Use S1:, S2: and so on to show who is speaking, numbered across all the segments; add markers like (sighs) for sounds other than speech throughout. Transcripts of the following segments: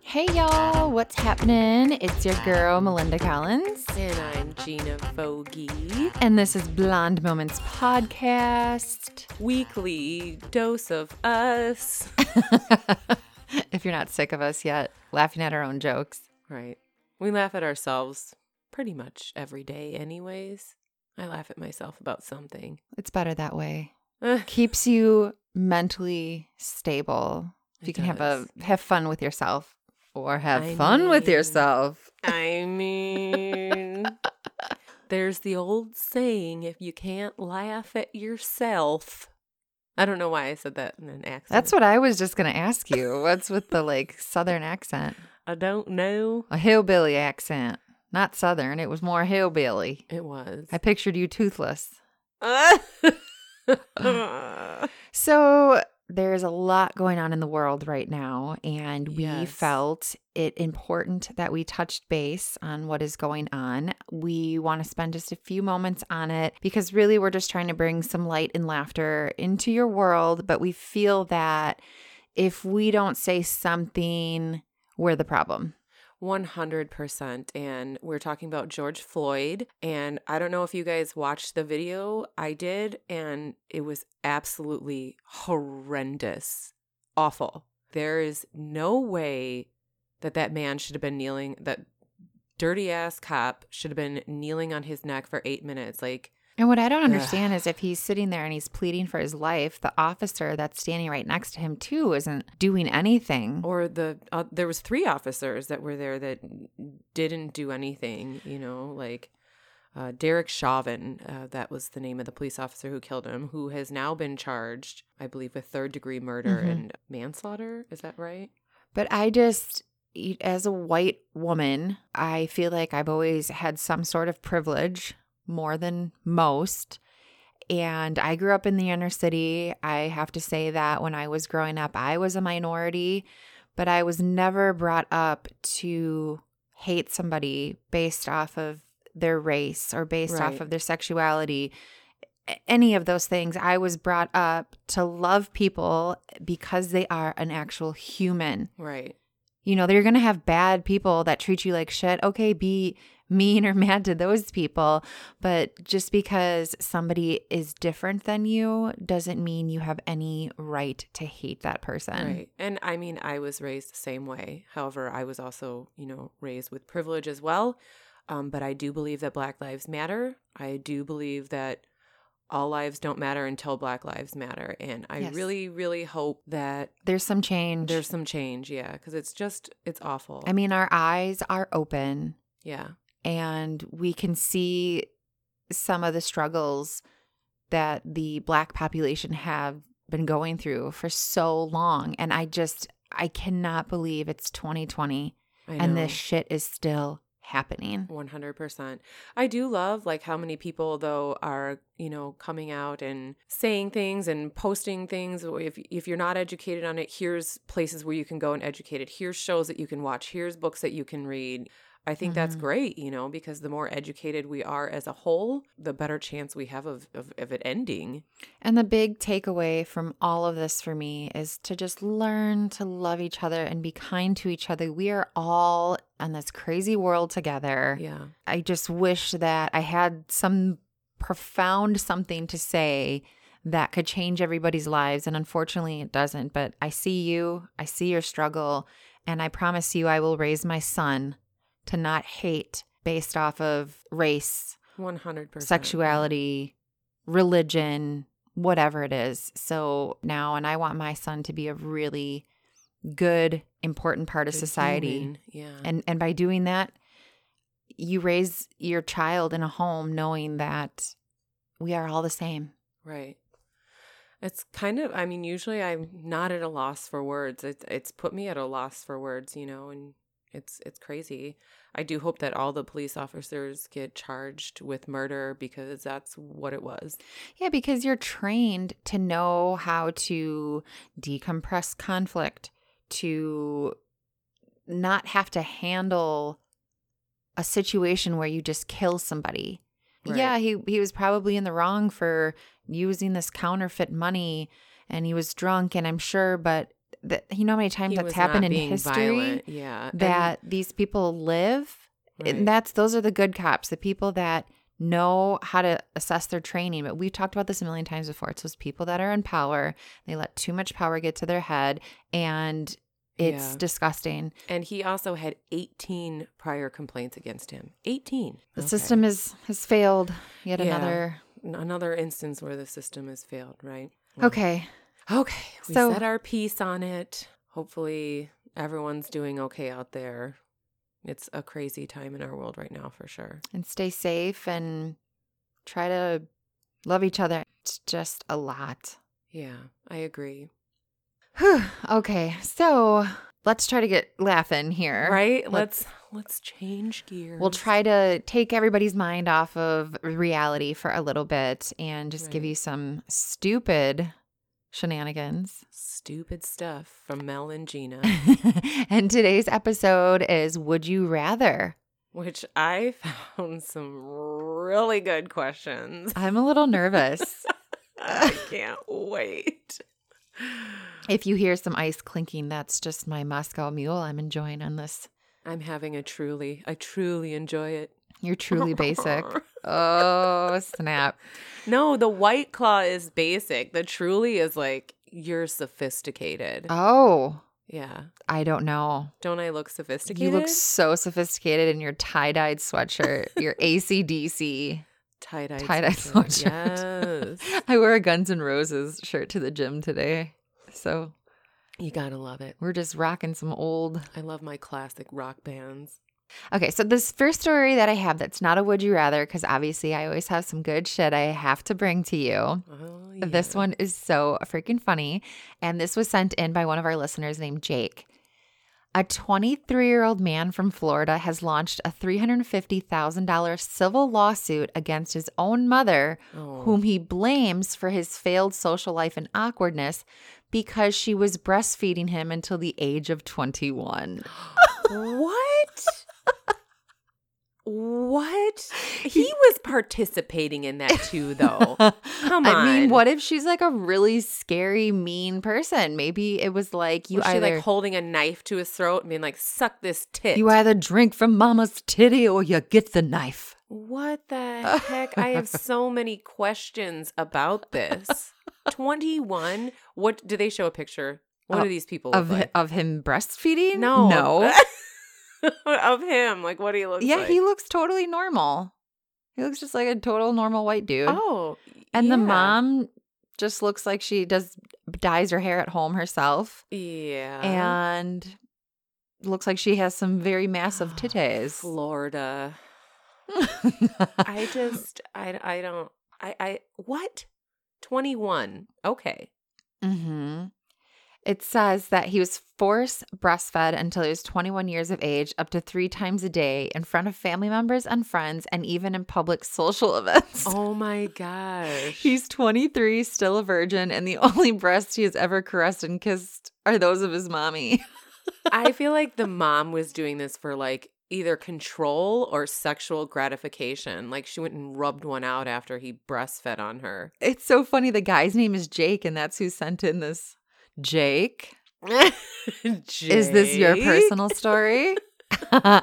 S1: Hey y'all, what's happening? It's your girl Melinda Collins,
S2: And I'm Gina Fogie.
S1: and this is Blonde Moments Podcast. (laughs)
S2: Weekly dose of us. (laughs)
S1: if you're not sick of us yet, laughing at our own jokes.
S2: Right. We laugh at ourselves pretty much every day, anyways. I laugh at myself about something. (laughs)
S1: It's better that way.
S2: Ugh.
S1: Keeps you mentally stable. If
S2: It
S1: you can have a
S2: does.
S1: have fun with yourself or have
S2: I
S1: fun with
S2: mean-
S1: yourself.
S2: I mean, there's the old saying if you can't laugh at yourself. I don't know why I said that in an accent.
S1: That's what I was just going to ask you. What's with the like southern accent?
S2: I don't know.
S1: A hillbilly accent. Not southern, it was more hillbilly.
S2: It was.
S1: I pictured you toothless.
S2: (laughs) I
S1: So there's a lot going on in the world right now, and we
S2: Yes.
S1: felt it important that we touched base on what is going on. We want to spend just a few moments on it because really we're just trying to bring some light and laughter into your world, but we feel that if we don't say something, we're the problem.
S2: 100%. And we're talking about George Floyd. And I don't know if you guys watched the video. I did. And it was absolutely horrendous, awful. There is no way that that man should have been kneeling, that dirty ass cop should have been kneeling on his neck for eight minutes. Like,
S1: And what I don't
S2: Ugh.
S1: understand is if he's sitting there and he's pleading for his life, the officer that's standing right next to him too isn't doing anything.
S2: or the uh, there was three officers that were there that didn't do anything you know like uh, derek chauvin uh, that was the name of the police officer who killed him who has now been charged i believe with third degree murder
S1: Mhm.
S2: and manslaughter is that right
S1: But I just, e- as a white woman, I feel like I've always had some sort of privilege more than most. And I grew up in the inner city. I have to say that when I was growing up, I was a minority, but I was never brought up to hate somebody based off of their race or based off
S2: Right.
S1: of their sexuality a- any of those things. I was brought up to love people because they are an actual human.
S2: right
S1: You know, they're going to have bad people that treat you like shit. Okay, be mean or (laughs) mad to those people. But just because somebody is different than you doesn't mean you have any right to hate that person.
S2: right and i mean i was raised the same way however i was also you know raised with privilege as well um, but i do believe that black lives matter i do believe that all lives don't matter until black lives matter and i
S1: Yes.
S2: really really hope that
S1: There's some change.
S2: there's some change yeah because it's just it's awful
S1: I mean, our eyes are open.
S2: yeah
S1: and we can see some of the struggles that the black population have been going through for so long and i just i cannot believe it's 2020
S2: I
S1: and
S2: know.
S1: this shit is still happening
S2: 100%. I do love like how many people though are, you know, coming out and saying things and posting things Oh, if if you're not educated on it, here's places where you can go and educate it. Here's shows that you can watch, here's books that you can read. I think that's
S1: Mhm.
S2: great, you know, because the more educated we are as a whole, the better chance we have of of, of it ending.
S1: and the big takeaway from all of this for me is to just learn to love each other and be kind to each other we are all on this crazy world together
S2: Yeah.
S1: I just wish that I had some profound something to say that could change everybody's lives. And unfortunately, it doesn't. But I see you, I see your struggle, and I promise you, I will raise my son to not hate based off of race,
S2: 100%.
S1: sexuality, religion, whatever it is. So now, and I want my son to be a really good, important part of
S2: Good
S1: society
S2: human, Yeah.
S1: and and by doing that you raise your child in a home knowing that we are all the same
S2: Right. It's kind of, I mean, usually I'm not at a loss for words. It, it's put me at a loss for words, you know, and it's it's crazy. I do hope that all the police officers get charged with murder because that's what it was.
S1: yeah because you're trained to know how to decompress conflict to not have to handle a situation where you just kill somebody
S2: Right.
S1: yeah, he he was probably in the wrong for using this counterfeit money and he was drunk and I'm sure but that you know how many times
S2: He
S1: that's
S2: was not
S1: happened in
S2: being
S1: history
S2: violent. Yeah. And-
S1: that these people live
S2: right.
S1: and that's those are the good cops, the people that know how to assess their training. But we've talked about this a million times before. It's those people that are in power. They let too much power get to their head and it's
S2: Yeah.
S1: disgusting.
S2: And he also had 18 prior complaints against him. 18.
S1: The
S2: Okay.
S1: system is has failed yet
S2: Yeah.
S1: another.
S2: N- Another instance where the system has failed, right? Well,
S1: Okay.
S2: Okay. We
S1: So-
S2: said our piece on it. Hopefully, everyone's doing okay out there. It's a crazy time in our world right now, for sure.
S1: And stay safe and try to love each other. It's just a lot. (sighs)
S2: Yeah, I agree.
S1: Whew. Okay. So let's try to get laughing here.
S2: Right?
S1: Let's-
S2: Let's let's change gears.
S1: We'll try to take everybody's mind off of reality for a little bit and just give
S2: Right.
S1: you some stupid shenanigans.
S2: stupid stuff from Mel and Gina, (laughs) Uh-huh.
S1: (laughs) and today's episode is Would You Rather?
S2: which I found some really good questions. (laughs)
S1: I'm a little nervous.
S2: I can't
S1: (laughs)
S2: wait.
S1: if you hear some ice clinking, that's just my Moscow mule I'm enjoying on this.
S2: I'm having a truly, I truly enjoy it.
S1: You're truly
S2: (laughs)
S1: basic. Oh, snap.
S2: no, the white claw is basic. The truly is like you're sophisticated.
S1: Oh,
S2: yeah.
S1: I don't know.
S2: Don't I look sophisticated?
S1: You look so sophisticated in your tie dyed sweatshirt, your ACDC.
S2: tie-dye.
S1: tie-dye sweatshirt.
S2: Yes.
S1: (laughs) I wore a Guns N' Roses shirt to the gym today. So
S2: you got to love it.
S1: we're just rocking some old.
S2: I love my classic rock bands.
S1: Okay, so this first story that I have that's not a would you rather, because obviously I always have some good shit I have to bring to you.
S2: Oh,
S1: This
S2: yeah.
S1: one is so freaking funny. And this was sent in by one of our listeners named Jake. A 23 year old man from Florida has launched a $350,000 civil lawsuit against his own mother,
S2: Oh.
S1: whom he blames for his failed social life and awkwardness because she was breastfeeding him until the age of 21.
S2: (laughs) What?
S1: (laughs)
S2: what? He was participating in that too, though. (laughs) Come
S1: (laughs)
S2: on.
S1: I mean, what if she's like a really scary, mean person? Maybe it was like you
S2: Was she
S1: either
S2: like holding a knife to his throat and being like, "Suck this tit"?
S1: you either drink from mama's titty or you get the knife.
S2: what
S1: (laughs)
S2: the heck? I have so many questions about this. Twenty-one. What do they show a picture? What
S1: Uh,
S2: do these people look
S1: Of
S2: like?
S1: of him breastfeeding?
S2: Oh no, (laughs)
S1: no.
S2: of him. Like, what do you look?
S1: yeah,
S2: like?
S1: he looks totally normal. He looks just like a total normal white dude.
S2: Oh,
S1: and the
S2: yeah.
S1: mom just looks like she does dyes her hair at home herself.
S2: Yeah.
S1: Uh-huh. and looks like she has some very massive (gasps) titties.
S2: Florida.
S1: (laughs)
S2: I just, I, I don't, I, I, what? 21. Okay.
S1: hmm It says that he was force breastfed until he was 21 years of age, up to three times a day in front of family members and friends, and even in public social (laughs) events.
S2: Oh my gosh.
S1: He's 23, still a virgin, and the (laughs) only breasts he has ever caressed and kissed are those of his mommy.
S2: I feel like the mom was doing this for like either control or sexual gratification. Like she went and rubbed one out after he breastfed on her.
S1: It's so funny. The guy's name is Jake, and that's who sent in this. Jake? (laughs) Is this your
S2: Jake?
S1: personal story? (laughs)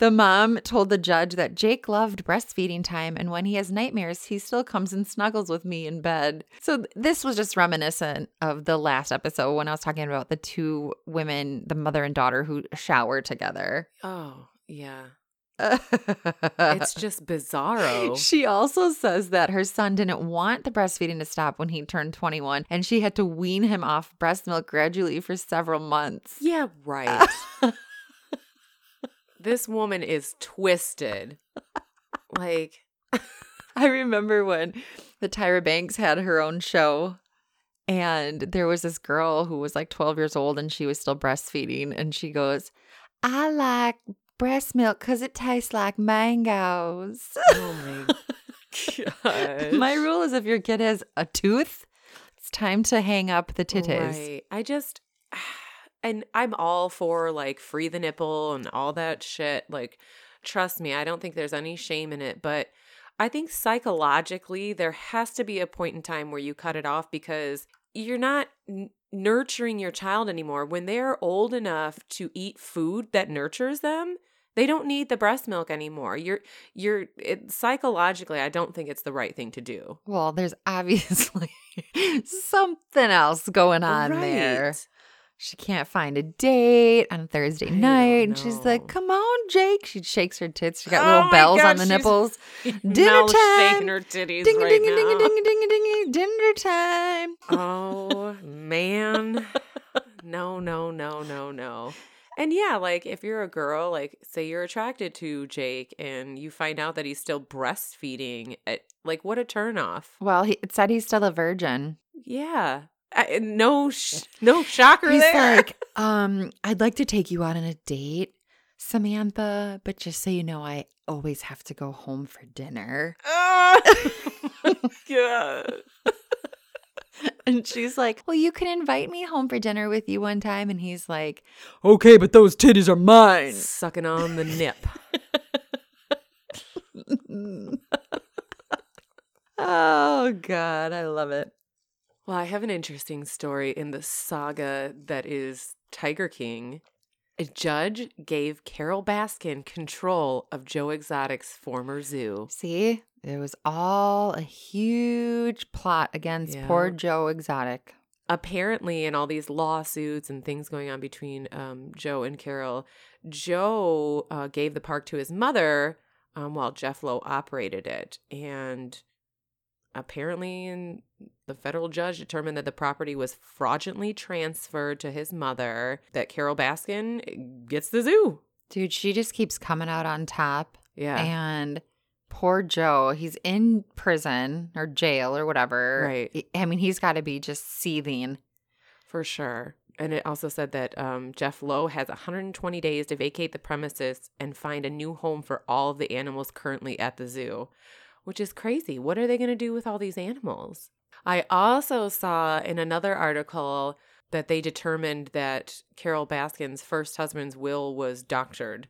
S1: the mom told the judge that Jake loved breastfeeding time, and when he has nightmares, he still comes and snuggles with me in bed. So, th- this was just reminiscent of the last episode when I was talking about the two women, the mother and daughter, who shower together. (laughs)
S2: Oh, yeah.
S1: Uh, (laughs)
S2: It's just bizarro.
S1: She also says that her son didn't want the breastfeeding to stop when he turned 21, and she had to wean him off breast milk gradually for several months.
S2: Yeah, right. this woman is twisted. Like,
S1: (laughs) I remember when the Tyra Banks had her own show and there was this girl who was like 12 years old and she was still breastfeeding and she goes, "I like breast milk cuz it tastes like mangoes." (laughs)
S2: oh my god.
S1: My rule is if your kid has a tooth, it's time to hang up
S2: Oh
S1: the titties.
S2: Right. I just (sighs) and I'm all for like free the nipple and all that shit. Like, trust me, I don't think there's any shame in it, but I think psychologically, there has to be a point in time where you cut it off because you're not n- nurturing your child anymore. When they're old enough to eat food that nurtures them, they don't need the breast milk anymore. You're you're it, psychologically, I don't think it's the right thing to do.
S1: Well, there's obviously (laughs) something else going on there.
S2: Right.
S1: She can't find a date on Thursday
S2: I don't
S1: night. And she's
S2: know.
S1: like, come on, Jake. She shakes her tits. She got
S2: Oh
S1: little
S2: my
S1: bells
S2: God,
S1: on the
S2: she's
S1: nipples.
S2: (laughs) Mel is
S1: time.
S2: shaking her titties
S1: Ding a
S2: right
S1: ding a
S2: now.
S1: ding a ding a ding a ding a dinner time.
S2: (laughs) oh man (laughs) no no no no no and yeah like if you're a girl like say you're attracted to jake and you find out that he's still breastfeeding it, like what a turnoff
S1: Well, he, it said he's still a virgin.
S2: yeah I, eh, no sh- no shocker
S1: He's
S2: there
S1: like, um, I'd like to take you out on a date, Samantha, but just so you know, I always have to go home for dinner.
S2: (laughs) oh
S1: (laughs)
S2: my god
S1: And she's like, Well, you can invite me home for dinner with you one time. And he's like,
S3: Okay, but those titties are mine.
S2: sucking on the nip
S1: Mm. (laughs) Oh, God, I love it.
S2: Well, I have an interesting story in the saga that is Tiger King. A judge gave Carol Baskin control of Joe Exotic's former zoo.
S1: See, it was all a huge plot against
S2: Yeah.
S1: poor Joe Exotic.
S2: Apparently, in all these lawsuits and things going on between um, Joe and Carol, Joe uh, gave the park to his mother um, while Jeff Lowe operated it. And apparently, in- the federal judge determined that the property was fraudulently transferred to his mother, that Carol Baskin gets the zoo.
S1: Dude, she just keeps coming out on top.
S2: Yeah.
S1: And poor Joe, he's in prison or jail or whatever.
S2: Right.
S1: I mean, he's got to be just seething.
S2: For sure. And it also said that um, Jeff Lowe has 120 days to vacate the premises and find a new home for all of the animals currently at the zoo, which is crazy. What are they going to do with all these animals? I also saw in another article that they determined that Carol Baskin's first husband's will was doctored,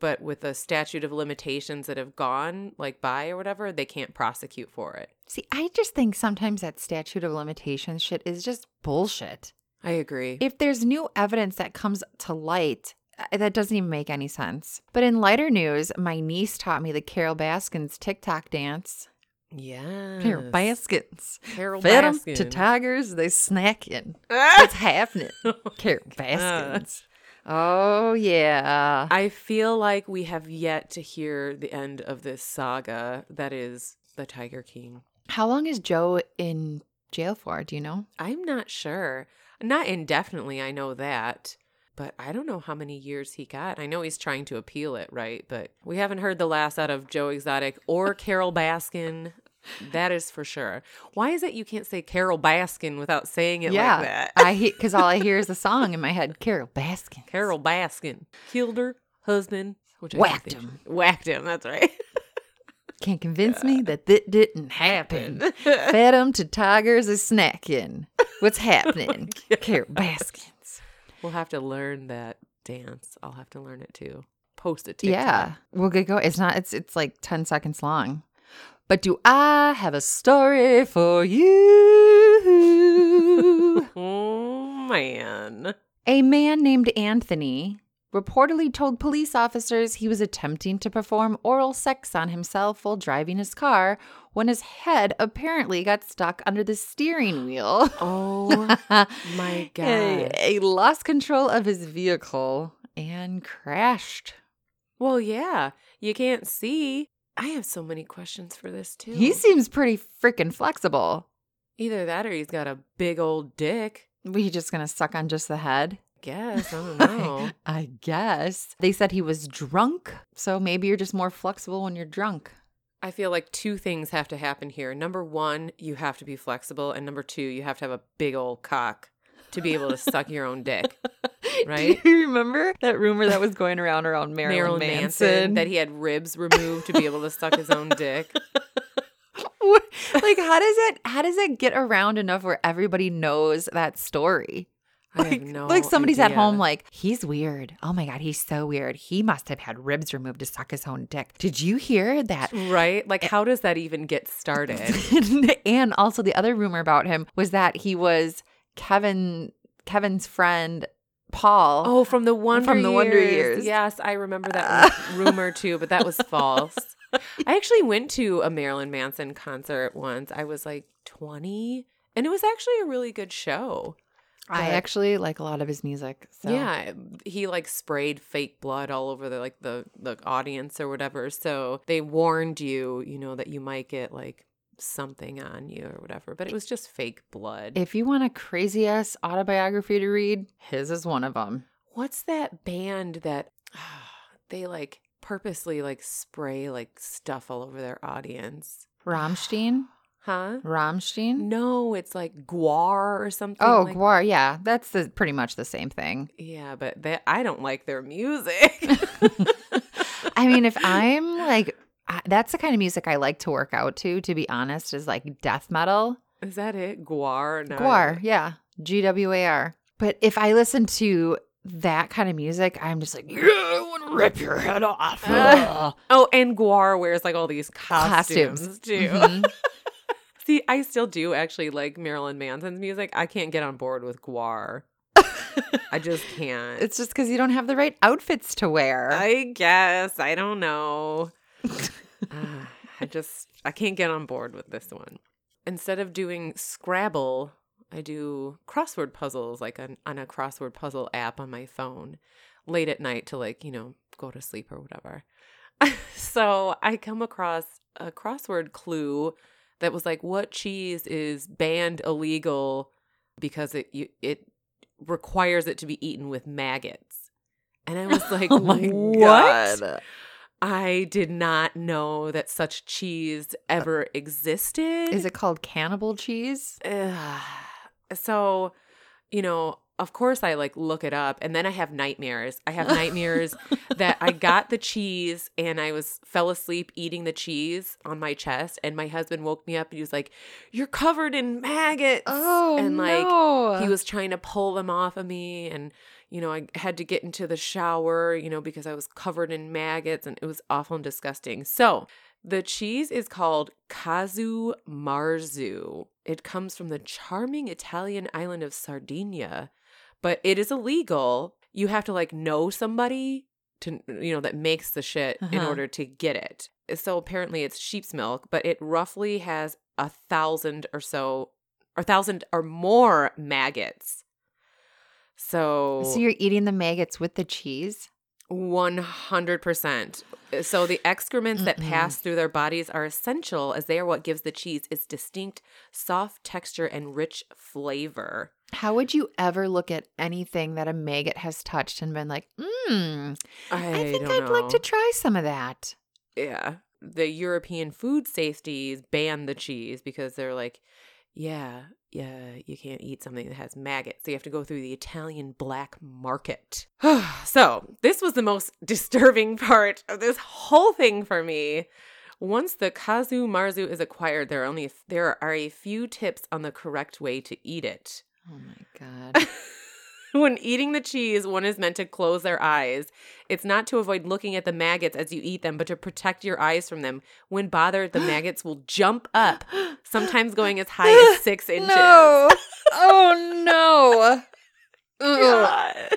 S2: but with the statute of limitations that have gone like by or whatever, they can't prosecute for it.
S1: See, I just think sometimes that statute of limitations shit is just bullshit.
S2: I agree.
S1: If there's new evidence that comes to light, uh, that doesn't even make any sense. But in lighter news, my niece taught me the Carol Baskins TikTok dance.
S2: yeah.
S1: Carol Baskins.
S2: Carol
S1: Fed 'em to
S2: Baskin. (laughs)
S1: tigers, they snacking. What's happening?
S2: Oh
S1: Carol Baskins. Oh, yeah.
S2: I feel like we have yet to hear the end of this saga that is the Tiger King.
S1: How long is Joe in jail for? Do you know?
S2: I'm not sure. Not indefinitely, I know that. But I don't know how many years he got. I know he's trying to appeal it, right? But we haven't heard the last out of Joe Exotic or Carol Baskin. That is for sure. Why is it you can't say Carol Baskin without saying it
S1: yeah,
S2: like that?
S1: I because all I hear is the song in my head. Carol Baskin.
S2: Carol Baskin killed her husband. Which I
S1: Whacked
S2: think-
S1: him.
S2: Whacked him, that's right.
S1: can't convince me that that didn't happen. Fed 'em to tigers is snacking. What's happening? Carol Baskins.
S2: We'll have to learn that dance. I'll have to learn it too. Post it. TikTok.
S1: Yeah, we'll get go. It's not. It's it's like ten seconds long. But do I have a story for you?
S2: Oh man.
S1: A man named Anthony reportedly told police officers he was attempting to perform oral sex on himself while driving his car when his head apparently got stuck under the steering wheel. (laughs)
S2: (laughs) Oh my
S1: He-
S2: god.
S1: He lost control of his vehicle and crashed.
S2: Well, yeah. You can't see. I have so many questions for this too.
S1: He seems pretty freaking flexible.
S2: either that or he's got a big old dick.
S1: Were you just gonna suck on just the head? (laughs)
S2: Guess (laughs) I don't know.
S1: I guess. They said he was drunk, so maybe you're just more flexible when you're drunk. (laughs)
S2: I feel like two things have to happen here. Number one, you have to be flexible, and number two, you have to have a big old cock to be able to suck your own (laughs) dick. Right?
S1: Do you remember that rumor that was going around around Marilyn,
S2: Marilyn
S1: Manson? (laughs)
S2: Manson, that he had ribs removed to be able to suck his own dick.
S1: like, how does it? How does it get around enough where everybody knows that story?
S2: I have
S1: Like,
S2: no
S1: like somebody's at
S2: idea.
S1: home, like, he's weird. Oh my God, he's so weird. He must have had ribs removed to suck his own dick. Did you hear that?
S2: right?
S1: eh.
S2: Like, how does that even get started?
S1: (laughs) and also the other rumor about him was that he was Kevin Kevin's friend Paul.
S2: Oh, from the Wonder
S1: From the Wonder Years.
S2: Yes, I remember
S1: (laughs)
S2: that ru- rumor too, but that was false. I actually went to a Marilyn Manson concert once. I was like 20, and it was actually a really good show.
S1: I
S2: but-
S1: actually like a lot of his music. So.
S2: Yeah, eh, he like sprayed fake blood all over the like the the audience or whatever. So they warned you, you know, that you might get like something on you or whatever. But it was just fake blood.
S1: If you want a crazy ass autobiography to read, his is one of them.
S2: What's that band that (sighs) they like purposely like spray like stuff all over their audience?
S1: Rammstein?
S2: Huh?
S1: Rammstein?
S2: No, it's like Guar or something.
S1: Hmm? Oh,
S2: like-
S1: Gwar. Yeah, that's the, pretty much the same thing.
S2: Yeah, but that I don't like their
S1: (laughs)
S2: music.
S1: I mean, if I'm like, I- that's the kind of music I like to work out to, to be honest, is like death metal.
S2: is that it? Guar. No, I-
S1: Gwar, yeah. G W A R. But if I listen to that kind of music, I'm just like, yeah, I want to rip your head off.
S2: (laughs) Uh, Oh, and Guar wears like all these costumes,
S1: Costumes.
S2: too.
S1: Mhm.
S2: (laughs) See, I still do actually like Marilyn Manson's music. I can't get on board with Guar.
S1: (laughs)
S2: I just can't.
S1: It's just because you don't have the right outfits to wear.
S2: I guess. I don't know. Ah, (sighs) I just I can't get on board with this one. Instead of doing Scrabble, I do crossword puzzles like on, on a crossword puzzle app on my phone late at night to like, you know, go to sleep or whatever. (laughs) so I come across a crossword clue that was like what cheese is banned illegal because it you, it requires it to be eaten with maggots. And I was like, what? I did not know that such cheese ever existed.
S1: (laughs) Is Uh, it called cannibal cheese?
S2: Ugh. So, you know, of course I like look it up and then I have nightmares. I have nightmares that I got the cheese and I was fell asleep eating the cheese on my chest and my husband woke me up and he was like, "You're covered in maggots."
S1: Oh,
S2: and like
S1: no.
S2: he was trying to pull them off of me and you know i had to get into the shower you know because i was covered in maggots and it was awful and disgusting so the cheese is called Kazu Marzu. It comes from the charming Italian island of Sardinia, but it is illegal. You have to like know somebody to you know that makes the shit in
S1: Uh-huh.
S2: order to get it. So apparently it's sheep's milk, but it roughly has a thousand or so or thousand or more maggots. So,
S1: So you're eating the maggots with the cheese?
S2: one hundred percent. So the excrements that
S1: Mm-mm.
S2: pass through their bodies are essential, as they are what gives the cheese its distinct, soft texture and rich flavor.
S1: How would you ever look at anything that a maggot has touched and been like, mmm,
S2: I,
S1: I, think
S2: don't
S1: I'd like to
S2: know.
S1: try some of that?
S2: yeah, the European food safeties ban the cheese because they're like, yeah, yeah, you can't eat something that has maggots. So you have to go through the Italian black market. (sighs) so this was the most (laughs) disturbing part of this whole thing for me. Once the kazu marzu is acquired, there are only there are a few tips on the correct way to eat it.
S1: Oh my (laughs) God.
S2: (laughs) When eating the cheese, one is meant to close their eyes. It's not to avoid looking at the maggots as you eat them, but to protect your eyes from them. When bothered,
S1: (gasps)
S2: the maggots will jump up, sometimes going as high
S1: (laughs)
S2: as six inches. (laughs)
S1: No. Oh no. Ugh.
S2: God.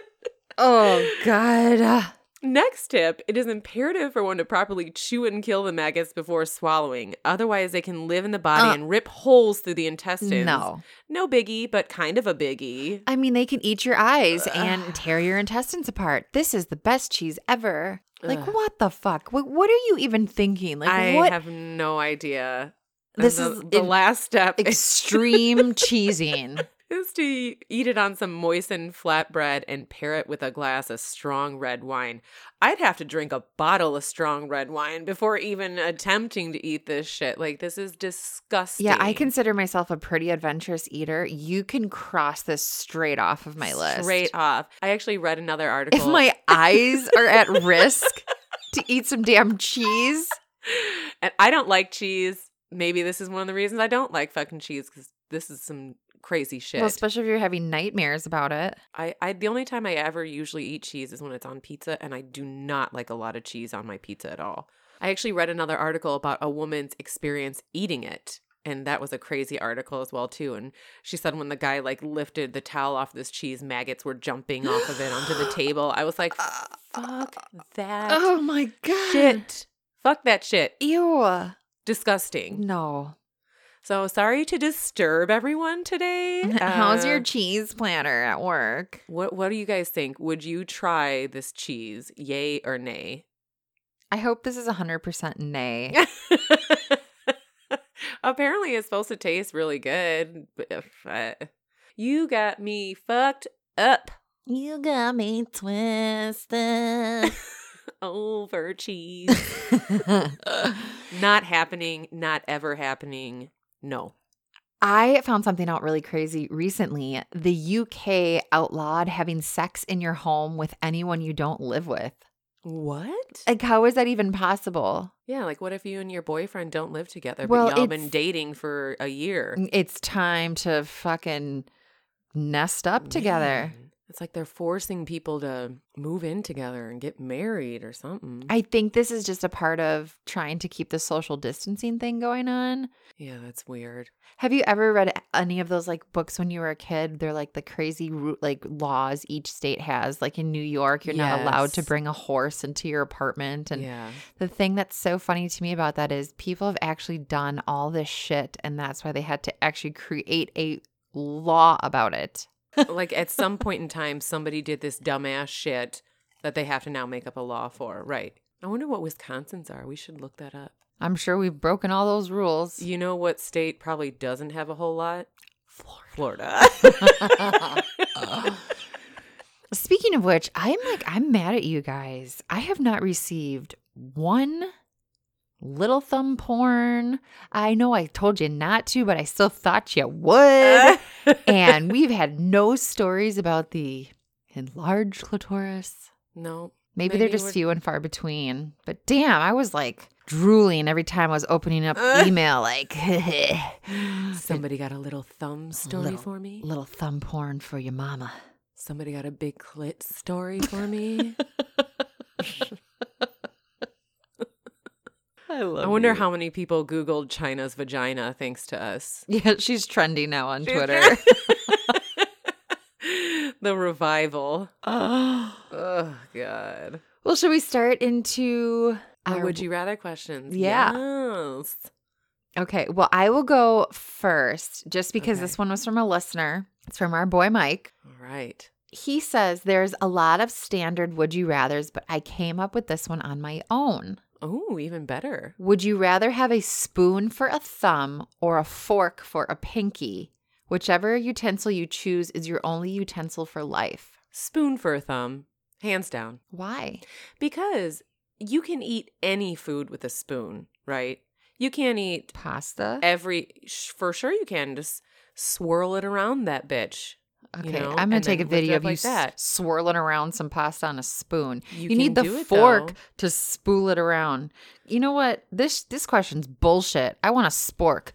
S1: Oh God.
S2: Next tip it is imperative for one to properly chew and kill the maggots before swallowing. Otherwise, they can live in the body
S1: Uh.
S2: and rip holes through the intestines.
S1: No.
S2: No biggie, but kind of a biggie.
S1: I mean, they can eat your eyes and tear your intestines apart. This is the best cheese ever. Like,
S2: Ugh.
S1: what the fuck? What, what are you even thinking? Like,
S2: I
S1: what
S2: have (laughs) no idea. And
S1: This
S2: the-
S1: is
S2: the
S1: in-
S2: last step. (laughs) is-
S1: extreme cheesing.
S2: is to eat it on some moistened flatbread and pair it with a glass of strong red wine. I'd have to drink a bottle of strong red wine before even attempting to eat this shit. Like this is disgusting.
S1: Yeah, I consider myself a pretty adventurous eater. You can cross this straight off of my list.
S2: straight off. I actually read another
S1: (laughs)
S2: article.
S1: If my eyes are (laughs) at risk to eat some damn cheese,
S2: and I don't like cheese. Maybe this is one of the reasons I don't like fucking cheese because this is some crazy shit.
S1: Well, especially if you're having nightmares about it.
S2: I, I the only time I ever usually eat cheese is when it's on pizza, and I do not like a lot of cheese on my pizza at all. I actually read another article about a woman's experience eating it, and that was a crazy article as well too. And she said when the guy like lifted the towel off this cheese, maggots were jumping off of it
S1: (gasps)
S2: onto the table. I was like, fuck that
S1: Uh, Oh my god.
S2: shit, fuck that shit,
S1: Ew.
S2: disgusting.
S1: No.
S2: So sorry to disturb everyone today.
S1: (laughs) How's
S2: Uh,
S1: your cheese planner at work?
S2: What What do you guys think? Would you try this cheese, yay or nay? (laughs)
S1: I hope this is 100% nay.
S2: Apparently, it's supposed to taste really good. But if I- you got me fucked up
S1: (laughs) you got me twisted. (laughs)
S2: over cheese. not happening. Not ever happening. No.
S1: I found something out really crazy recently. The UK outlawed having sex in your home with anyone you don't live with.
S2: What?
S1: Like, how is that even possible?
S2: yeah, like what if you and your boyfriend don't live together,
S1: Well,
S2: but y'all
S1: it's-
S2: been dating for a year
S1: It's time to fucking nest up together.
S2: Man, It's like they're forcing people to move in together and get married or something.
S1: I think this is just a part of trying to keep the social distancing thing going on.
S2: yeah, that's weird.
S1: Have you ever read any of those like books when you were a kid? They're like the crazy ru- like laws each state has. Like in New York, you're not allowed to
S2: Yes.
S1: bring a horse into your apartment and
S2: yeah.
S1: The thing that's so funny to me about that is people have actually done all this shit, and that's why they had to actually create a law about it.
S2: like at some point in time somebody did this dumbass shit that they have to now make up a law for right i wonder what wisconsin's are we should look that up
S1: I'm sure we've broken all those rules.
S2: you know what state probably doesn't have a whole lot florida, (laughs)
S1: Speaking of which, I'm like, I'm mad at you guys. I have not received one little thumb porn. I know I told you not to, but I still thought you (laughs) would. and we've had no stories about the enlarged clitoris.
S2: no
S1: Maybe,
S2: Maybe
S1: they're
S2: it
S1: just
S2: would-
S1: few and far between. But damn, I was like drooling every time I was opening (laughs) up email, like
S2: somebody got a little thumb story
S1: Little.
S2: for me
S1: little thumb porn for your mama.
S2: somebody got a big clit story for (laughs) me
S1: I love.
S2: i wonder how many people googled china's vagina thanks to us
S1: (laughs) Yeah, she's trendy now on Twitter. (laughs)
S2: the revival oh god
S1: well, should we start into?
S2: Or
S1: our-
S2: would you rather questions?
S1: Yeah.
S2: Yes.
S1: Okay. Well, I will go first, just because
S2: Okay.
S1: this one was from a listener. It's from our boy Mike.
S2: All right.
S1: He says there's a lot of standard would you rather's, but I came up with this one on my own.
S2: Oh, even better.
S1: Would you rather have a spoon for a thumb or a fork for a pinky? Whichever utensil you choose is your only utensil for life.
S2: Spoon for a thumb, hands down.
S1: Why?
S2: Because you can eat any food with a spoon, right? You can't eat
S1: Pasta?
S2: every, sh- for sure you can just swirl it around that bitch.
S1: Okay,
S2: know,
S1: I'm gonna
S2: and
S1: take a
S2: then lift it
S1: video
S2: up
S1: of you
S2: like
S1: s-
S2: that.
S1: swirling around some pasta on a spoon. You,
S2: can
S1: need the
S2: do it,
S1: fork
S2: though.
S1: to spool it around. You know what? This this question's bullshit. I want a
S2: (laughs)
S1: spork.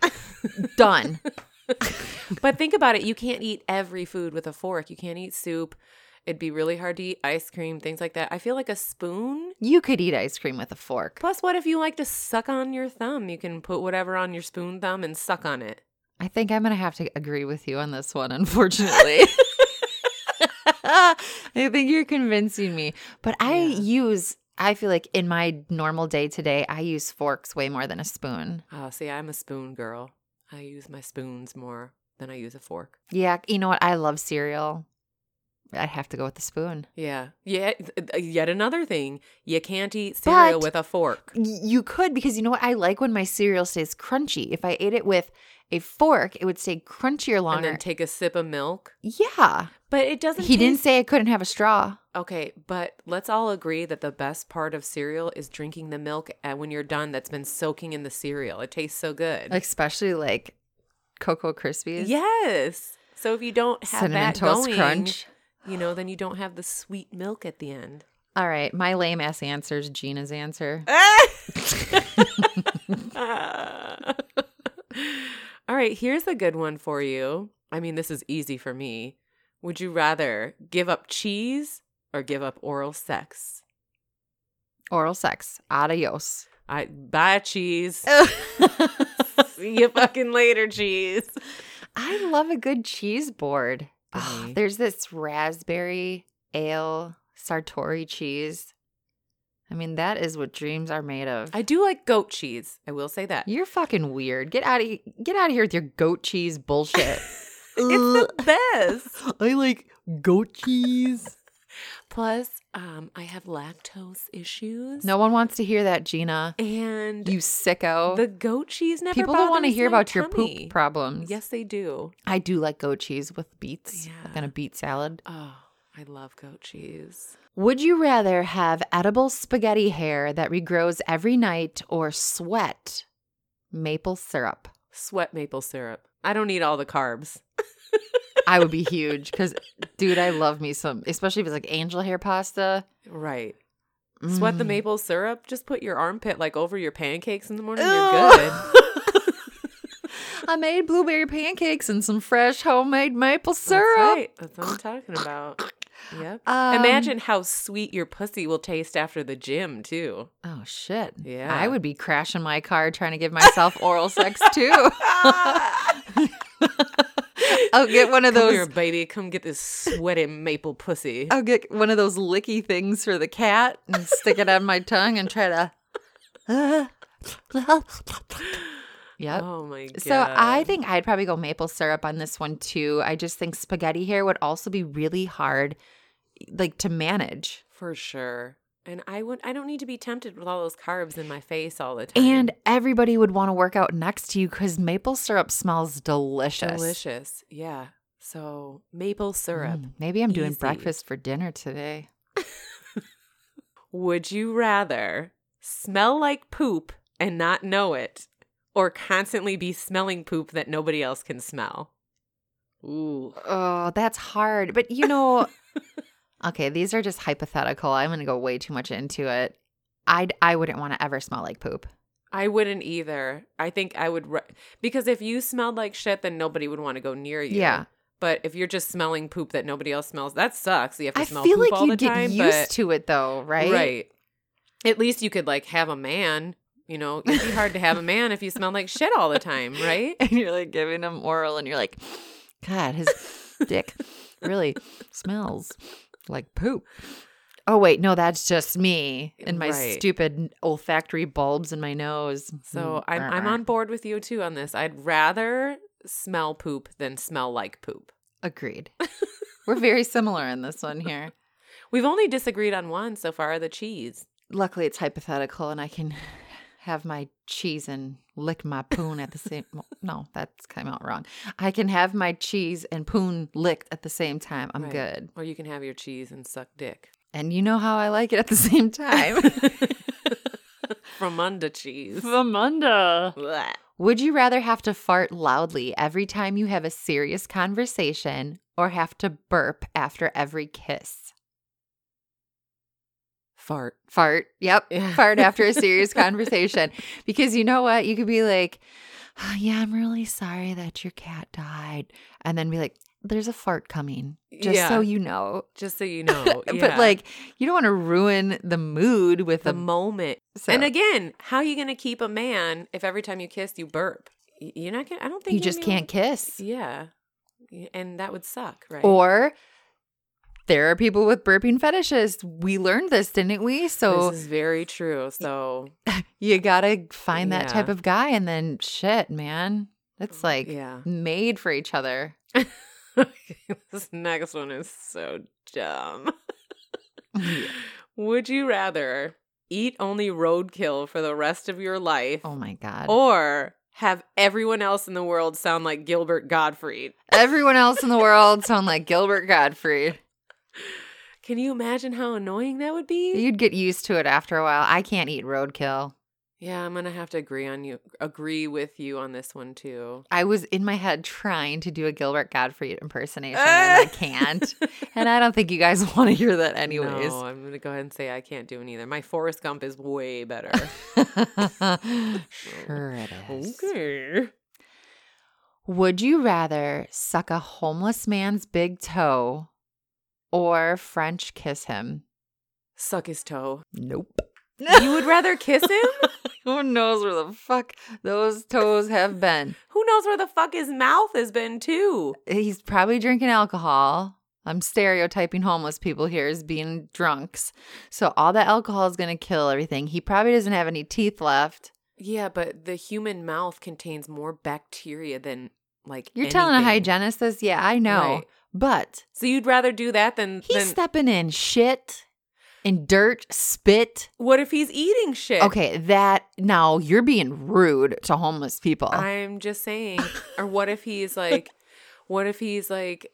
S1: Done.
S2: But think about it. You can't eat every food with a fork. You can't eat soup. It'd be really hard to eat ice cream, things like that. I feel like a spoon.
S1: You could eat ice cream with a fork.
S2: Plus, what if you like to suck on your thumb? You can put whatever on your spoon thumb and suck on it.
S1: I think I'm going to have to agree with you on this one, unfortunately. (laughs) I think you're convincing me. But I
S2: Yeah.
S1: use, I feel like in my normal day to day, I use forks way more than a spoon.
S2: Oh, see, I'm a spoon girl. I use my spoons more than I use a fork.
S1: Yeah. You know what? I love cereal. I have to go with the spoon.
S2: Yeah. Yeah. uh, Yet another thing, you can't eat cereal
S1: But-
S2: with a fork.
S1: Y- You could, because you know what? I like when my cereal stays crunchy. If I ate it with a fork, it would stay crunchier
S2: And
S1: longer.
S2: then take a sip of milk.
S1: yeah.
S2: But it doesn't.
S1: He didn't
S2: taste-
S1: say I couldn't have a straw.
S2: Okay, but let's all agree that the best part of cereal is drinking the milk, and when you're done, that's been soaking in the cereal. It tastes so good.
S1: Especially like Cocoa Krispies.
S2: yes. So if you don't have
S1: Cinnamon
S2: that
S1: Toast
S2: going,
S1: Crunch.
S2: you know, then you don't have the sweet milk at
S1: (laughs)
S2: the end. (laughs)
S1: All right, my lame ass answer is Gina's answer.
S2: All right, here's a good one for you. I mean, this is easy for me. Would you rather give up cheese or give up oral sex?
S1: Oral sex. (laughs) Adios.
S2: I
S1: (laughs)
S2: buy cheese. See you fucking later, cheese.
S1: I love a good cheese board. Ah,
S2: Mhm.
S1: there's this raspberry ale Sartori cheese. I mean, that is what dreams are made of.
S2: I do like goat cheese. I will say that.
S1: You're fucking weird. Get out of get out of here with your goat cheese bullshit. (laughs)
S2: it's the best.
S3: (laughs) I like goat cheese.
S2: Plus, um, I have lactose issues.
S1: no one wants to hear that, Gina.
S2: And
S1: You sicko.
S2: the goat cheese never
S1: People don't want to
S2: bothers
S1: hear
S2: my
S1: about your
S2: tummy.
S1: poop problems.
S2: Yes, they do.
S1: I do like goat cheese with beets, like on a
S2: Yeah.
S1: beet salad.
S2: Oh, I love goat cheese.
S1: Would you rather have edible spaghetti hair that regrows every night or sweat maple syrup?
S2: Sweat maple syrup. I don't need all the carbs.
S1: I would be huge because, dude, I love me some, especially if it's like angel hair pasta.
S2: Right. Sweat the
S1: Mm.
S2: maple syrup. Just put your armpit like over your pancakes in the morning.
S1: (laughs)
S2: You're
S1: Ew.
S2: good.
S1: I made blueberry pancakes and some fresh homemade maple syrup.
S2: That's right. That's what I'm talking about. Yep.
S1: Um,
S2: Imagine how sweet your pussy will taste after the gym, too.
S1: Oh shit.
S2: Yeah.
S1: I would be crashing my car trying to give myself oral sex (laughs) too. I'll get one of
S2: Come
S1: those Oh,
S2: here, baby. Come get this sweaty maple pussy.
S1: I'll get one of those licky things for the cat and stick it on my tongue and try (laughs) to Yep.
S2: Oh my god.
S1: So I think I'd probably go maple syrup on this one too. I just think spaghetti hair would also be really hard like to manage.
S2: for sure. And I would I don't need to be tempted with all those carbs in my face all the time.
S1: And everybody would want to work out next to you cuz maple syrup smells delicious.
S2: delicious. Yeah. So maple syrup.
S1: Mm, maybe I'm doing
S2: Easy.
S1: breakfast for dinner today.
S2: Would you rather smell like poop and not know it or constantly be smelling poop that nobody else can smell? Ooh.
S1: Oh, that's hard. But you know, (laughs) okay, these are just hypothetical. I'm going to go way too much into it. I'd I wouldn't want to ever smell like poop.
S2: I wouldn't either. I think I would re- because if you smelled like shit then nobody would want to go near you.
S1: Yeah.
S2: But if you're just smelling poop that nobody else smells, that sucks. You have to
S1: I
S2: smell
S1: feel
S2: poop
S1: like
S2: all
S1: you
S2: the
S1: get
S2: time,
S1: used
S2: but
S1: to it though, right?
S2: Right. At least you could like have a man. You know, it'd be hard to have a man if you smell like shit all the time, right?
S1: (laughs) And you're like giving him oral and you're like, God, (laughs) his dick really smells like poop. Eh, Oh wait, no, that's just me and my
S2: Right.
S1: stupid olfactory bulbs in my nose.
S2: So
S1: Mm,
S2: I'm I'm
S1: (laughs)
S2: on board with you too on this. I'd rather smell poop than smell like poop.
S1: Agreed. We're very similar in this one here. (laughs)
S2: We've only disagreed on one so far, the cheese.
S1: luckily it's hypothetical and I can have my cheese and lick my poon at the (laughs) same well, no that's came out wrong i can have my cheese and poon licked at the same time i'm
S2: Right.
S1: good
S2: Or you can have your cheese and suck dick.
S1: and you know how i like it at the same (laughs) time
S2: (laughs) From under cheese.
S1: Vamunda.
S2: Blech.
S1: would you rather have to fart loudly every time you have a serious conversation or have to burp after every kiss
S2: Fart.
S1: fart yep
S2: Yeah. (laughs)
S1: fart after a serious conversation because you know what you could be like "Oh, yeah i'm really sorry that your cat died and then be like there's a fart coming just
S2: Yeah.
S1: so you know
S2: Just so you know.
S1: (laughs) but
S2: yeah.
S1: like you don't want to ruin the mood with
S2: the
S1: a
S2: moment.
S1: so
S2: And again, how are you gonna keep a man if every time you kiss you burp? Y- You're not gonna I don't think
S1: you
S2: you're
S1: just
S2: gonna be able
S1: can't kiss
S2: Yeah. Y- And that would suck, right?
S1: or there are people with burping fetishes we learned this didn't we so
S2: this is very true. So
S1: you gotta find that
S2: Yeah. Mm,
S1: type of guy and then shit man it's like
S2: yeah. (laughs)
S1: made for each other
S2: this next one is so dumb. Would you rather eat only roadkill for the rest of your life
S1: (laughs) oh my god
S2: or have everyone else in the world sound like Gilbert Gottfried?
S1: Everyone else in the world sound like Gilbert
S2: (laughs)
S1: Gottfried.
S2: Can you imagine how annoying that would be?
S1: You'd get used to it after a while. I can't eat roadkill.
S2: Yeah, I'm going to have to agree on you agree with you on this one too.
S1: I was in my head trying to do a Gilbert Gottfried impersonation and I
S2: (laughs)
S1: can't. and I don't think you guys (laughs) want to hear that anyways.
S2: No, I'm going to go ahead and say I can't do it either. My Forrest Gump is way (laughs) better.
S1: (laughs) sure it is.
S2: okay.
S1: Would you rather suck a homeless man's big toe or French kiss him?
S2: Suck his toe.
S1: (laughs) Nope.
S2: You would rather kiss (laughs) him?
S1: Who knows where the fuck those toes have been?
S2: Who knows where the fuck his mouth has been too?
S1: He's probably drinking alcohol. I'm stereotyping homeless people here as being drunks. So all that alcohol is going to kill everything. He probably doesn't have any teeth left.
S2: Yeah, but the human mouth contains more bacteria than like
S1: You're telling a
S2: anything.
S1: hygienist this? Yeah, I know.
S2: Right.
S1: But
S2: So you'd rather do that than,
S1: he's
S2: than
S1: stepping in shit and dirt, spit.
S2: what if he's eating shit?
S1: Okay, that now you're being rude to homeless people.
S2: I'm
S1: (laughs)
S2: just saying. or what if he's like what if he's like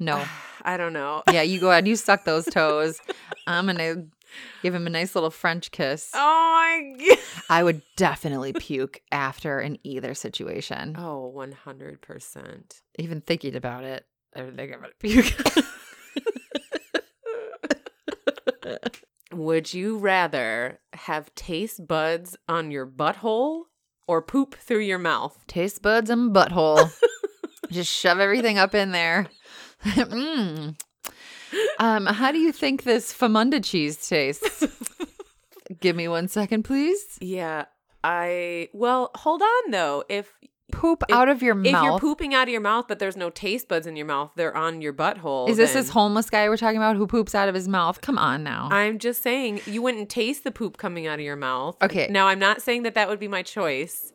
S1: no.
S2: I don't know.
S1: (laughs) Yeah, you go ahead. You suck those toes. I'm going to give him a nice little French kiss.
S2: Oh my god.
S1: I would definitely puke after in either situation.
S2: Oh, 100%.
S1: Even thinking about it, I would think I'm going to (laughs) puke.
S2: Would you rather have taste buds on your butthole or poop through your mouth?
S1: Taste buds and butthole. Just shove everything up in there. (laughs) mm. Um, how do you think this Famunda cheese (laughs) tastes? Give me one second, please.
S2: Yeah, I well, hold on though. If
S1: Poop
S2: If-
S1: out of your
S2: if you're
S1: mouth.
S2: pooping out of your mouth but there's no taste buds in your mouth, they're on your butthole.
S1: Is this
S2: then-
S1: this homeless guy we're talking about who poops out of his mouth? Come on now.
S2: I'm just saying you wouldn't taste the poop coming out of your mouth.
S1: Okay.
S2: Now I'm not saying that that would be my choice,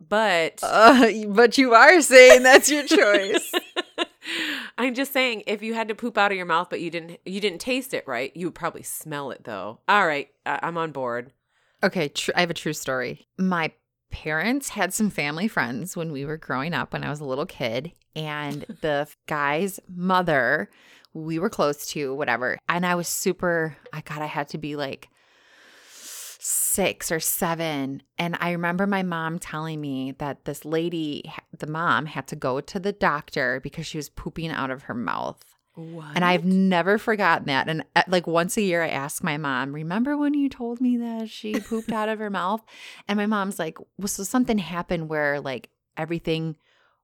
S2: but
S1: Uh, but you are saying that's (laughs) your choice.
S2: (laughs) I'm just saying if you had to poop out of your mouth but you didn't you didn't taste it, right? You would probably smell it though. All right, I- I'm on board.
S1: Okay, tr- I have a true story. My parents had some family friends when we were growing up when I was a little kid, and the f- guy's mother we were close to, whatever. And I was super, I God, I had to be like six or seven. And I remember my mom telling me that this lady, ha- the mom, had to go to the doctor because she was pooping out of her mouth.
S2: What?
S1: And I've never forgotten that. And uh, like once a year, I ask my mom, Remember when you told me that she
S2: (laughs)
S1: pooped out of her mouth? And my mom's like, Well, so something happened where like everything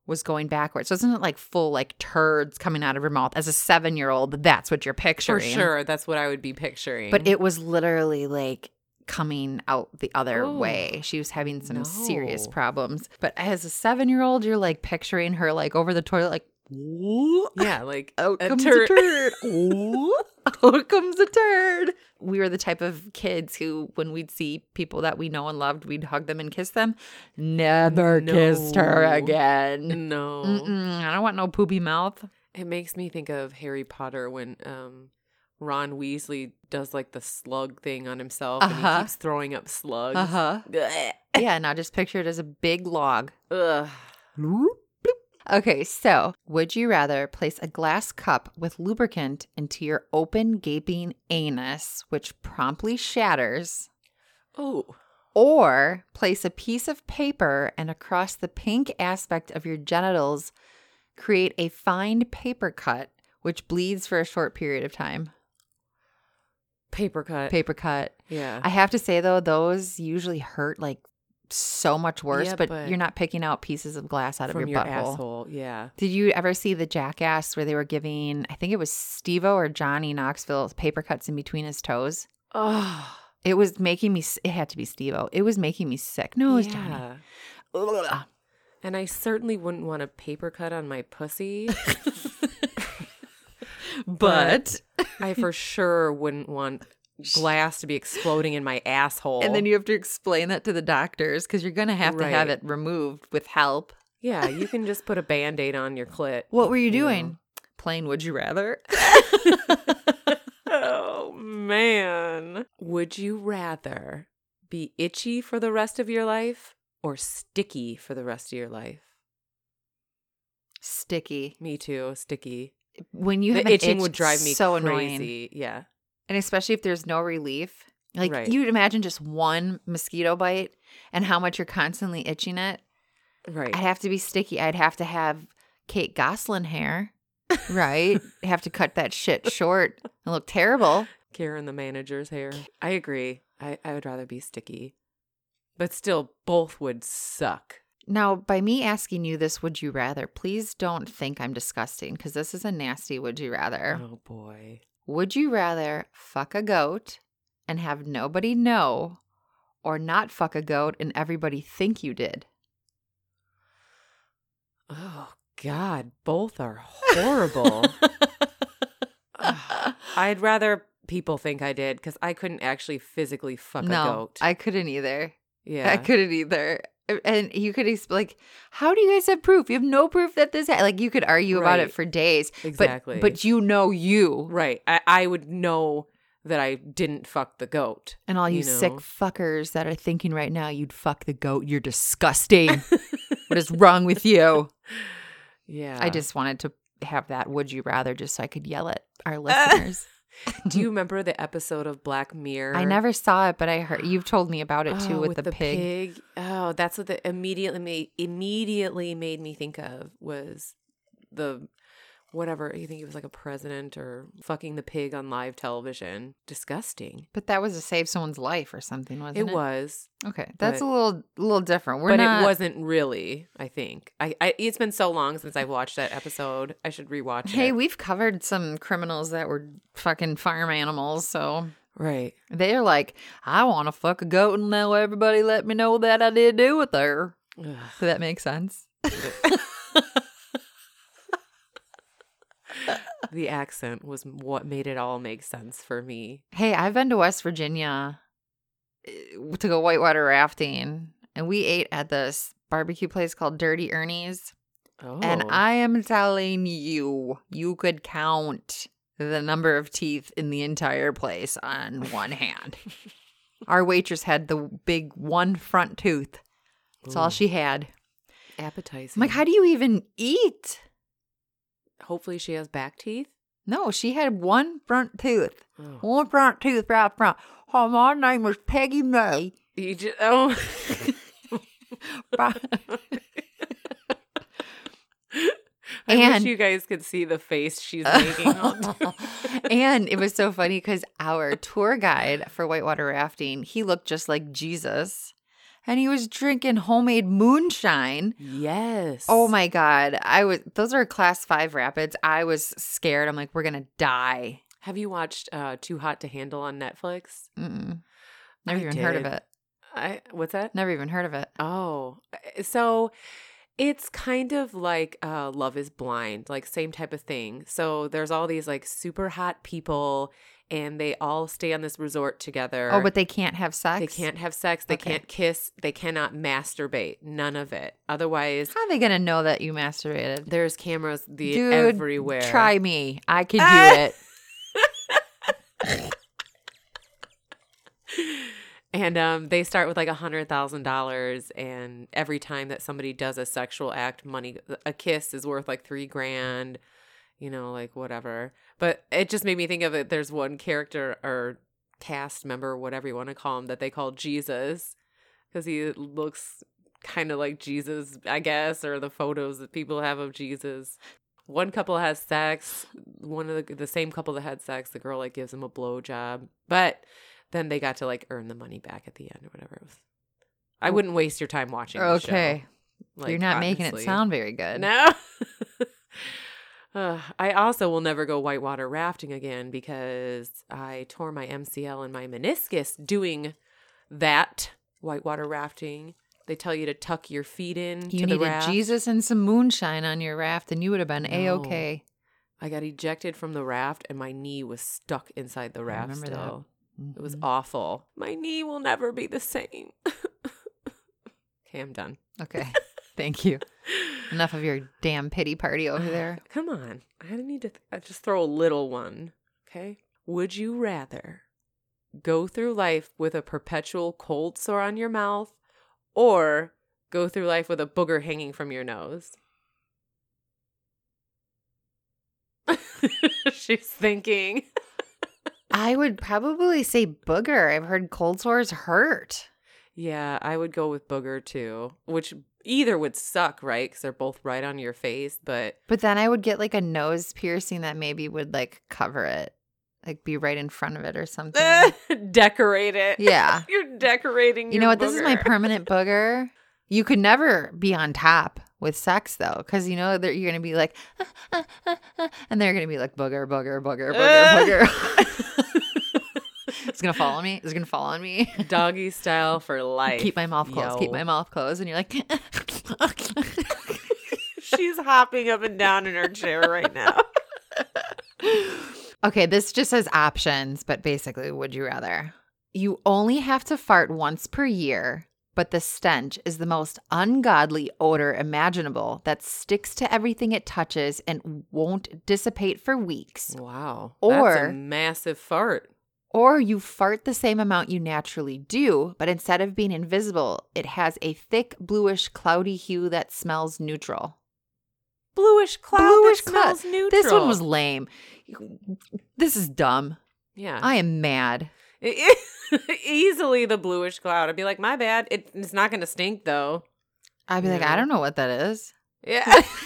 S1: was going backwards. So isn't it like full like turds coming out of her mouth? As a seven year old, that's what you're
S2: for
S1: picturing.
S2: sure that's what I would be picturing.
S1: But it was literally like coming out the other
S2: Oh,
S1: way. She was having some serious
S2: no.
S1: problems. But as a seven year old, you're like picturing her like over the toilet, like, "Whoop."
S2: (laughs) yeah, like
S1: out
S2: a
S1: comes a
S2: turd. (laughs)
S1: turd. Ooh, out comes a turd. We were the type of kids who, when we'd see people that we know and loved, we'd hug them and kiss them. Never kissed her
S2: No.
S1: again.
S2: (laughs) no.
S1: Mm-mm, I don't want no poopy mouth.
S2: It makes me think of Harry Potter when um Ron Weasley does like the slug thing on himself and he
S1: Uh-huh.
S2: keeps throwing up slugs.
S1: Uh
S2: (laughs)
S1: huh. yeah, now just picture it as a big log.
S2: Ugh.
S1: Okay, so would you rather place a glass cup with lubricant into your open, gaping anus, which promptly shatters?
S2: Oh.
S1: Or place a piece of paper and across the pink aspect of your genitals, create a fine paper cut, which bleeds for a short period of time.
S2: Paper cut.
S1: Paper cut.
S2: yeah.
S1: I have to say, though, those usually hurt like so much worse,
S2: Yeah,
S1: but,
S2: but-
S1: you're not picking out pieces of glass out of your,
S2: From your
S1: butthole.
S2: asshole. Yeah.
S1: Did you ever see the jackass where they were giving, I think it was Steve or Johnny Knoxville, paper cuts in between his toes?
S2: Oh.
S1: It was making me, s- it had to be Steve It was making me sick. No, Oh, it was Johnny.
S2: yeah. And I certainly wouldn't want a paper cut on
S1: (laughs)
S2: my pussy.
S1: but
S2: I for sure wouldn't want glass to be exploding in my asshole.
S1: and then you have to explain that to the doctors because you're gonna have to have
S2: Right.
S1: it removed with help
S2: Yeah, you can just put a band aid on
S1: (laughs)
S2: your clit.
S1: what were you
S2: Yeah.
S1: doing plain would you
S2: (laughs)
S1: rather (laughs)
S2: Oh man. Would you rather be itchy for the rest of your life or sticky for the rest of your life?
S1: sticky
S2: Me too, sticky.
S1: when you have
S2: the
S1: an
S2: itching
S1: itch,
S2: would drive me
S1: it's so
S2: crazy.
S1: annoying
S2: Yeah.
S1: and especially if there's no relief like
S2: Right.
S1: you'd imagine just one mosquito bite and how much you're constantly itching it
S2: Right.
S1: i'd have to be sticky i'd have to have kate goslin hair right (laughs) have to cut that shit short and look terrible
S2: Karen the manager's hair. I agree. I, I would rather be sticky. But still both would suck.
S1: Now, by me asking you this, would you rather, please don't think I'm disgusting because this is a nasty would you rather.
S2: Oh boy.
S1: Would you rather fuck a goat and have nobody know or not fuck a goat and everybody think you did?
S2: Oh God, both are
S1: (laughs) Ah.
S2: horrible. Ugh. I'd rather people think I did because I couldn't actually physically fuck
S1: no,
S2: a goat.
S1: I couldn't either.
S2: yeah,
S1: I couldn't either. And you could exp- like, how do you guys have proof? You have no proof that this ha-. like you could argue about it
S2: Right.
S1: for days.
S2: exactly.
S1: But but you know you
S2: right, I, I would know that I didn't fuck the goat.
S1: and all you,
S2: you know.
S1: sick fuckers that are thinking right now you'd fuck the goat. You're disgusting. what is wrong with
S2: (laughs)
S1: you?
S2: Yeah,
S1: I just wanted to have that would you rather just so I could yell at
S2: (laughs)
S1: our listeners.
S2: Do you remember the episode of Black Mirror?
S1: I never saw it, but I
S2: (gasps)
S1: heard you've told me about it too
S2: Oh,
S1: with, the, pig.
S2: pig. Oh, that's what the immediately made, immediately made me think of was the whatever you think he was like a president or fucking the pig on live television. Disgusting.
S1: But that was to save someone's life or something, wasn't it?
S2: it was,
S1: Okay, that's
S2: but-
S1: a little little different. We're
S2: but
S1: not.
S2: it wasn't really. I think I, I. It's been so long since I've watched that episode. I should rewatch
S1: Hey,
S2: it.
S1: we've covered some criminals that were fucking farm animals, so
S2: right.
S1: they're like, I want to fuck a goat and now everybody let me know that I did do with her.
S2: Ugh.
S1: Does that make sense?
S2: the accent was what made it all make sense for me.
S1: Hey, I've been to West Virginia eh, to go whitewater rafting, and we ate at this barbecue place called Dirty Ernie's.
S2: Oh,
S1: And I am telling you, you could count the number of teeth in the entire place on one
S2: (laughs)
S1: hand. Our waitress had the big one front tooth. That's all
S2: Ooh.
S1: she had. I'm
S2: appetizing.
S1: like, how do you even eat?
S2: Hopefully, she has back teeth.
S1: No, she had one front tooth.
S2: Oh.
S1: One front tooth right front. Oh, my name was Peggy May.
S2: You just oh (laughs) I
S1: And- Oh (laughs)
S2: wish you guys could see the face she's making.
S1: and it was so funny because our tour guide for whitewater rafting, he looked just like Jesus. And he was drinking homemade moonshine.
S2: yes.
S1: Oh my God. I was those are class five rapids. I was scared. I'm like, we're gonna die.
S2: Have you watched uh Too Hot to Handle on Netflix?
S1: Mm-mm. Never
S2: I
S1: even heard of
S2: did.
S1: it.
S2: I what's that?
S1: Never even heard of it.
S2: Oh. So it's kind of like uh Love is Blind, like same type of thing. So there's all these like super hot people and they all stay on this resort together.
S1: Oh, but they can't have sex.
S2: they can't have sex, they
S1: Okay.
S2: can't kiss, they cannot masturbate, none of it. Otherwise,
S1: How are they gonna know that you masturbated?
S2: There's cameras the
S1: Dude,
S2: everywhere.
S1: Try me. I
S2: (laughs)
S1: can
S2: Ah!
S1: do it.
S2: And um, they start with like a hundred thousand dollars, and every time that somebody does a sexual act, money a kiss is worth like three grand, you know, like whatever. But it just made me think of it. There's one character or cast member, whatever you want to call him, that they call Jesus because he looks kind of like Jesus, I guess, or the photos that people have of Jesus. One couple has sex. One of the the same couple that had sex, the girl like gives him a blowjob, but then they got to like earn the money back at the end or whatever. It was. I wouldn't waste your time watching. the show.
S1: Okay. You're
S2: Like,
S1: not making it
S2: honestly.
S1: sound very good.
S2: (laughs) No. Ugh, I also will never go whitewater rafting again because I tore my MCL and my meniscus doing that whitewater rafting. They tell you to tuck your feet in.
S1: You
S2: to the
S1: needed
S2: raft.
S1: Jesus and some moonshine on your raft, and you would have been a okay.
S2: I got ejected from the raft and my knee was stuck inside the raft
S1: remember that.
S2: still. It
S1: Mm-hmm.
S2: was awful. My knee will never be the same. (laughs) okay, I'm done.
S1: okay. (laughs) Thank you. Enough of your damn pity party
S2: (sighs)
S1: over there.
S2: Come on. I need to th- I just throw a little one. Okay. Would you rather go through life with a perpetual cold sore on your mouth or go through life with a booger hanging from your nose? (laughs) She's thinking.
S1: (sighs) I would probably say booger. I've heard cold sores hurt.
S2: Yeah, I would go with booger too, which either would suck, right? Because they're both right on your face, but
S1: But then I would get like a nose piercing that maybe would like cover it, like be right in front of it or something.
S2: (laughs)
S1: (laughs)
S2: decorate it.
S1: yeah.
S2: You're decorating.
S1: You know
S2: your
S1: what? This is my
S2: booger.
S1: permanent booger. You could never be on top with sex though, because you know that you're gonna be like, (laughs) and they're gonna be like booger, booger, booger, booger, (laughs)
S2: (laughs)
S1: booger. it's gonna fall on me. It's gonna fall on me.
S2: Doggy style for life.
S1: keep my mouth closed. Keep
S2: yo.
S1: my mouth closed. And you're like,
S4: (laughs)
S1: (laughs)
S4: She's hopping up and down in her chair right now.
S1: okay, this just says options, but basically, would you rather? You only have to fart once per year, but the stench is the most ungodly odor imaginable that sticks to everything it touches and won't dissipate for
S2: Mm.
S1: weeks.
S2: (laughs) Wow. That's
S1: Or-
S2: a massive fart.
S1: Or you fart the same amount you naturally do, but instead of being invisible, it has a thick, bluish, cloudy hue that smells neutral.
S2: Bluish cloud.
S1: Bluish
S2: Bluish
S1: cloud.
S2: cloud. neutral.
S1: This one was lame. This is dumb.
S2: Yeah. E-,
S1: I am mad.
S2: (laughs) Easily the bluish cloud. I'd be like, my bad. It, it's not going to stink though.
S1: I'd be like,
S2: Yeah.
S1: I don't know what that is.
S2: Yeah. (laughs)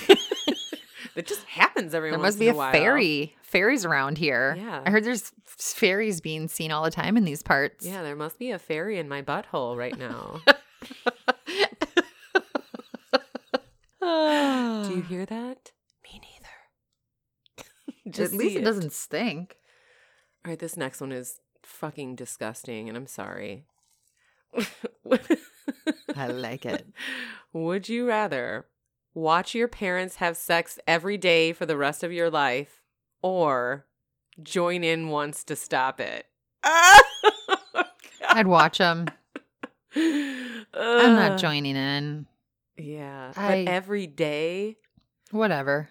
S2: it just happens every
S1: There
S2: once
S1: must be
S2: in
S1: a,
S2: while.
S1: fairy. Fairies around here.
S2: Yeah.
S1: I heard there's fairies being seen all the time in these parts. (sighs)
S2: Yeah, there must be a fairy in my butthole
S1: (laughs)
S2: right now. Do you
S4: (sighs)
S2: hear that? Me neither.
S1: At least
S2: see
S1: it doesn't stink.
S2: All right, this next one is fucking disgusting, and I'm sorry. (laughs)
S1: I like
S2: (laughs)
S1: it.
S2: Would you rather watch your parents have sex every day for the rest of your life or join in once to stop it? (laughs)
S1: I'd watch them. I'm not joining in.
S2: Yeah.
S1: I-
S2: But every day?
S1: Whatever.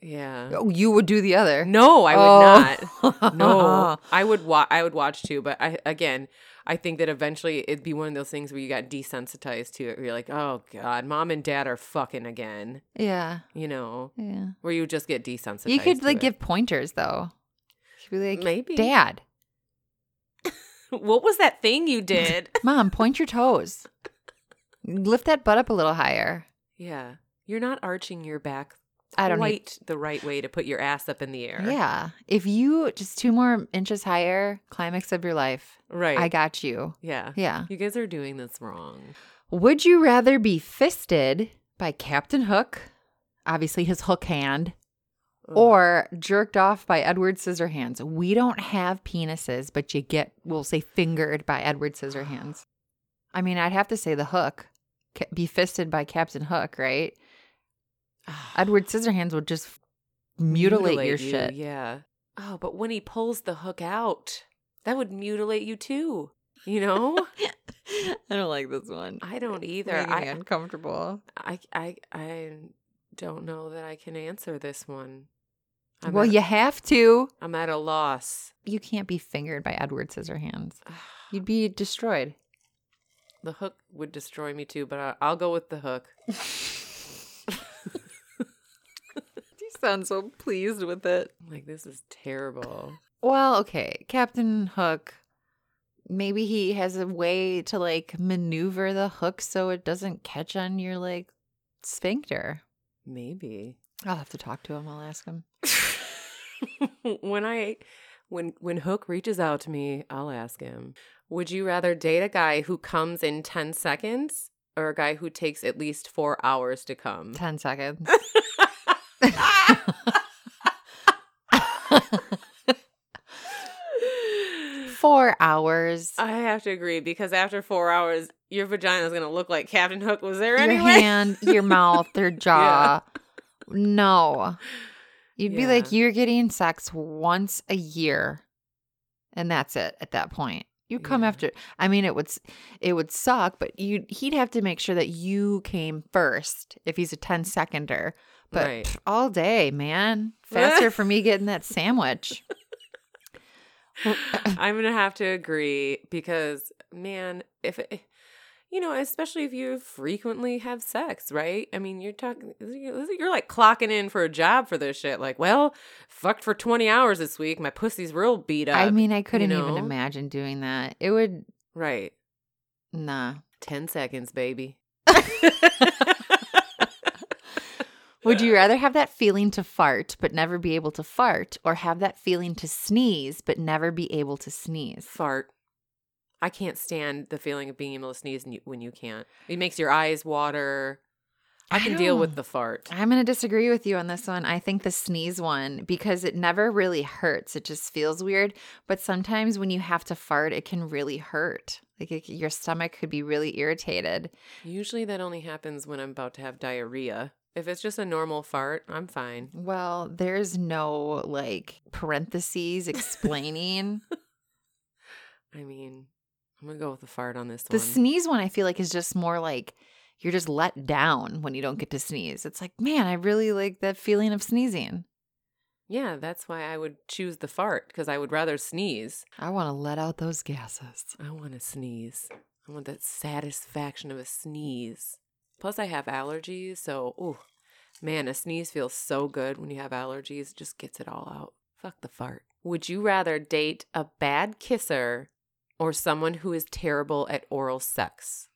S2: Yeah.
S1: Oh, you would do the other.
S2: No, I
S1: Oh.
S2: would
S1: not. (laughs)
S2: not. No. (laughs) I would wa- I would watch too, but I again, I think that eventually it'd be one of those things where you got desensitized to it. Where you're like, "Oh god, mom and dad are fucking again."
S1: yeah.
S2: You know,
S1: Yeah.
S2: where you just get desensitized.
S1: You could
S2: to
S1: like
S2: it.
S1: give pointers though. You could be like,
S2: Maybe.
S1: Dad,
S2: (laughs) What was that
S1: (laughs)
S2: thing you did?
S1: mom, point your
S2: (laughs)
S1: toes. Lift that butt up a little higher.
S2: yeah. You're not arching your back
S1: I don't need-
S2: quite the right way to put your ass up in the air.
S1: Yeah. If you just two more inches higher, climax of your life.
S2: Right.
S1: I got you.
S2: yeah.
S1: (laughs) Yeah.
S2: You guys are doing this wrong.
S1: Would you rather be fisted by Captain Hook, obviously his hook hand, or jerked off by Edward Scissorhands? We don't have penises, but you get, we'll say, fingered by Edward Scissorhands. I mean, I'd have to say the hook, Ca- be fisted by Captain Hook, right?
S2: Ah.
S1: Edward Scissorhands would just mutilate, your
S2: you,
S1: shit.
S2: Yeah. Oh, but when he pulls the hook out, that would mutilate you too.
S1: (laughs)
S2: You know?
S1: I don't like this one.
S2: I don't either.
S1: Making me
S2: I,
S1: uncomfortable.
S2: I I I don't know that I can answer this one. I'm
S1: well,
S2: at,
S1: you have to.
S2: I'm at a loss.
S1: You can't be fingered by Edward Scissorhands. (sighs) You'd be (laughs) destroyed.
S2: The hook would destroy me too, but I, I'll go with the hook.
S1: You sound so pleased with it.
S2: Like this is terrible.
S1: Well, okay. Captain Hook, maybe he has a way to like maneuver the hook so it doesn't catch on your like sphincter.
S2: Maybe.
S1: I'll have to talk to him. I'll ask him.
S2: (laughs) when I when when Hook reaches out to me, I'll ask him, would you rather date a guy who comes in 10 seconds or a guy who takes at least 4 hours to come?
S1: 10
S2: (laughs)
S1: seconds. Four hours.
S2: I have to agree because after 4 hours, your vagina is going to look like Captain Hook was there
S1: your
S2: anyway.
S1: hand, your mouth,
S2: (laughs)
S1: your jaw. No. You'd be like,
S2: Yeah.
S1: you're getting sex once a year. And that's it at that point. You come
S2: Yeah.
S1: after I mean it would s- it would suck, but you he'd have to make sure that you came first if he's a 10 seconder. But
S2: Right.
S1: pff, all day, man. Faster for me getting that sandwich. (laughs)
S2: I'm gonna have to agree because, man, if it, you know, especially if you frequently have sex, right? I mean, you're talking, you're like clocking in for a job for this shit. Like, well, fucked for 20 hours this week. My pussy's real beat up.
S1: I mean, I couldn't even
S2: know?
S1: imagine doing that. It would
S2: right?
S1: nah.
S2: 10 seconds, baby.
S1: Would you rather have that feeling to fart but never be able to fart, or have that feeling to sneeze but never be able to sneeze?
S2: Fart. I can't stand the feeling of being able to sneeze and you- when you can't. It makes your eyes water. I
S1: I
S2: can deal with
S1: don't-
S2: the fart.
S1: I'm going to disagree with you on this one. I think the sneeze one, because it never really hurts. It just feels weird. But sometimes when you have to fart, it can really hurt. Like it, your stomach could be really irritated.
S2: Usually that only happens when I'm about to have diarrhea. If it's just a normal fart, I'm fine.
S1: Well, there's no like parentheses (laughs) explaining.
S2: I mean, I'm gonna go with the fart on this
S1: the
S2: one.
S1: sneeze one, I feel like, is just more like you're just let down when you don't get to sneeze. It's like, man, I really like that feeling of sneezing.
S2: yeah, that's why I would choose the fart because I would rather sneeze.
S1: I want to let out those gases.
S2: I want to sneeze. I want that satisfaction of a sneeze. Plus, I have allergies, so ooh, man, a sneeze feels so good when you have allergies. It Just gets it all out. Fuck the fart. Would you rather date a bad kisser or someone who is terrible at oral sex?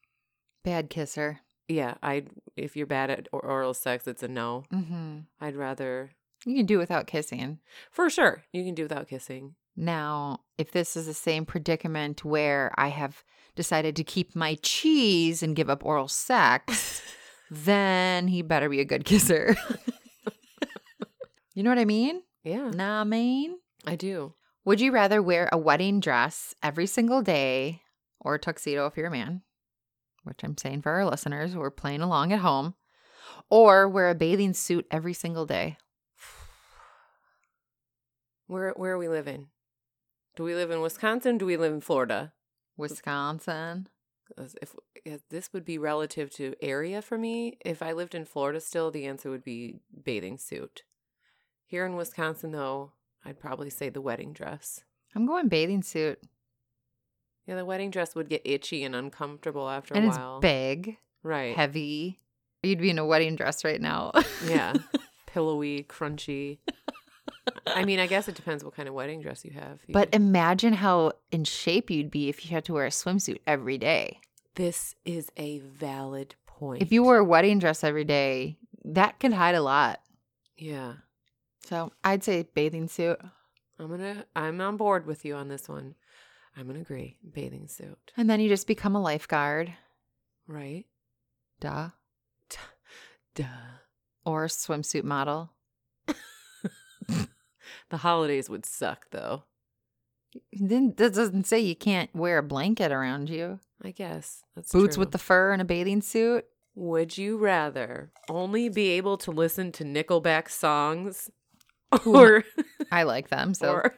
S1: Bad kisser.
S2: Yeah, I. If you're bad at or- oral sex, it's a no.
S1: hmm
S2: I'd rather,
S1: You can do without kissing.
S2: for sure, you can do without kissing.
S1: Now, if this is the same predicament where I have decided to keep my cheese and give up oral (laughs) sex, then he better be a good kisser. (laughs) you know what I mean?
S2: Yeah,
S1: Nah, I mean.
S2: I do.
S1: Would you rather wear a wedding dress every single day or a tuxedo if you're a man? Which I'm saying for our listeners who are playing along at home, or wear a bathing suit every single
S2: Mm.
S1: day.
S2: Where where are we living? Do we live in Wisconsin? Do we live in Florida?
S1: Wisconsin.
S2: 'Cause If, if this would be relative to area for me, if I lived in Florida still, the answer would be bathing suit. Here in Wisconsin, though, I'd probably say the wedding dress.
S1: I'm going bathing suit.
S2: Yeah, the wedding dress would get itchy and uncomfortable after
S1: and
S2: a
S1: it's
S2: while.
S1: big.
S2: right?
S1: heavy. You'd be in a wedding dress right now. (laughs)
S2: Yeah, pillowy, crunchy. I mean, I guess it depends what kind of wedding dress you have. You
S1: but
S2: could-
S1: imagine how in shape you'd be if you had to wear a swimsuit every day.
S2: this is a valid point.
S1: If you wore a wedding dress every day, that could hide a lot.
S2: yeah.
S1: So I'd say bathing suit.
S2: I'm gonna I'm on board with you on this one. I'm gonna agree. Bathing suit.
S1: And then you just become a lifeguard.
S2: Right?
S1: Duh.
S2: Duh.
S1: Or a swimsuit model.
S2: The holidays would suck though.
S1: Then that doesn't say you can't wear a blanket around you.
S2: I guess. That's
S1: Boots
S2: true.
S1: with the fur and a bathing (laughs) suit.
S2: Would you rather only be able to listen to Nickelback songs
S1: Who-
S2: or
S1: I like them. So (laughs)
S2: or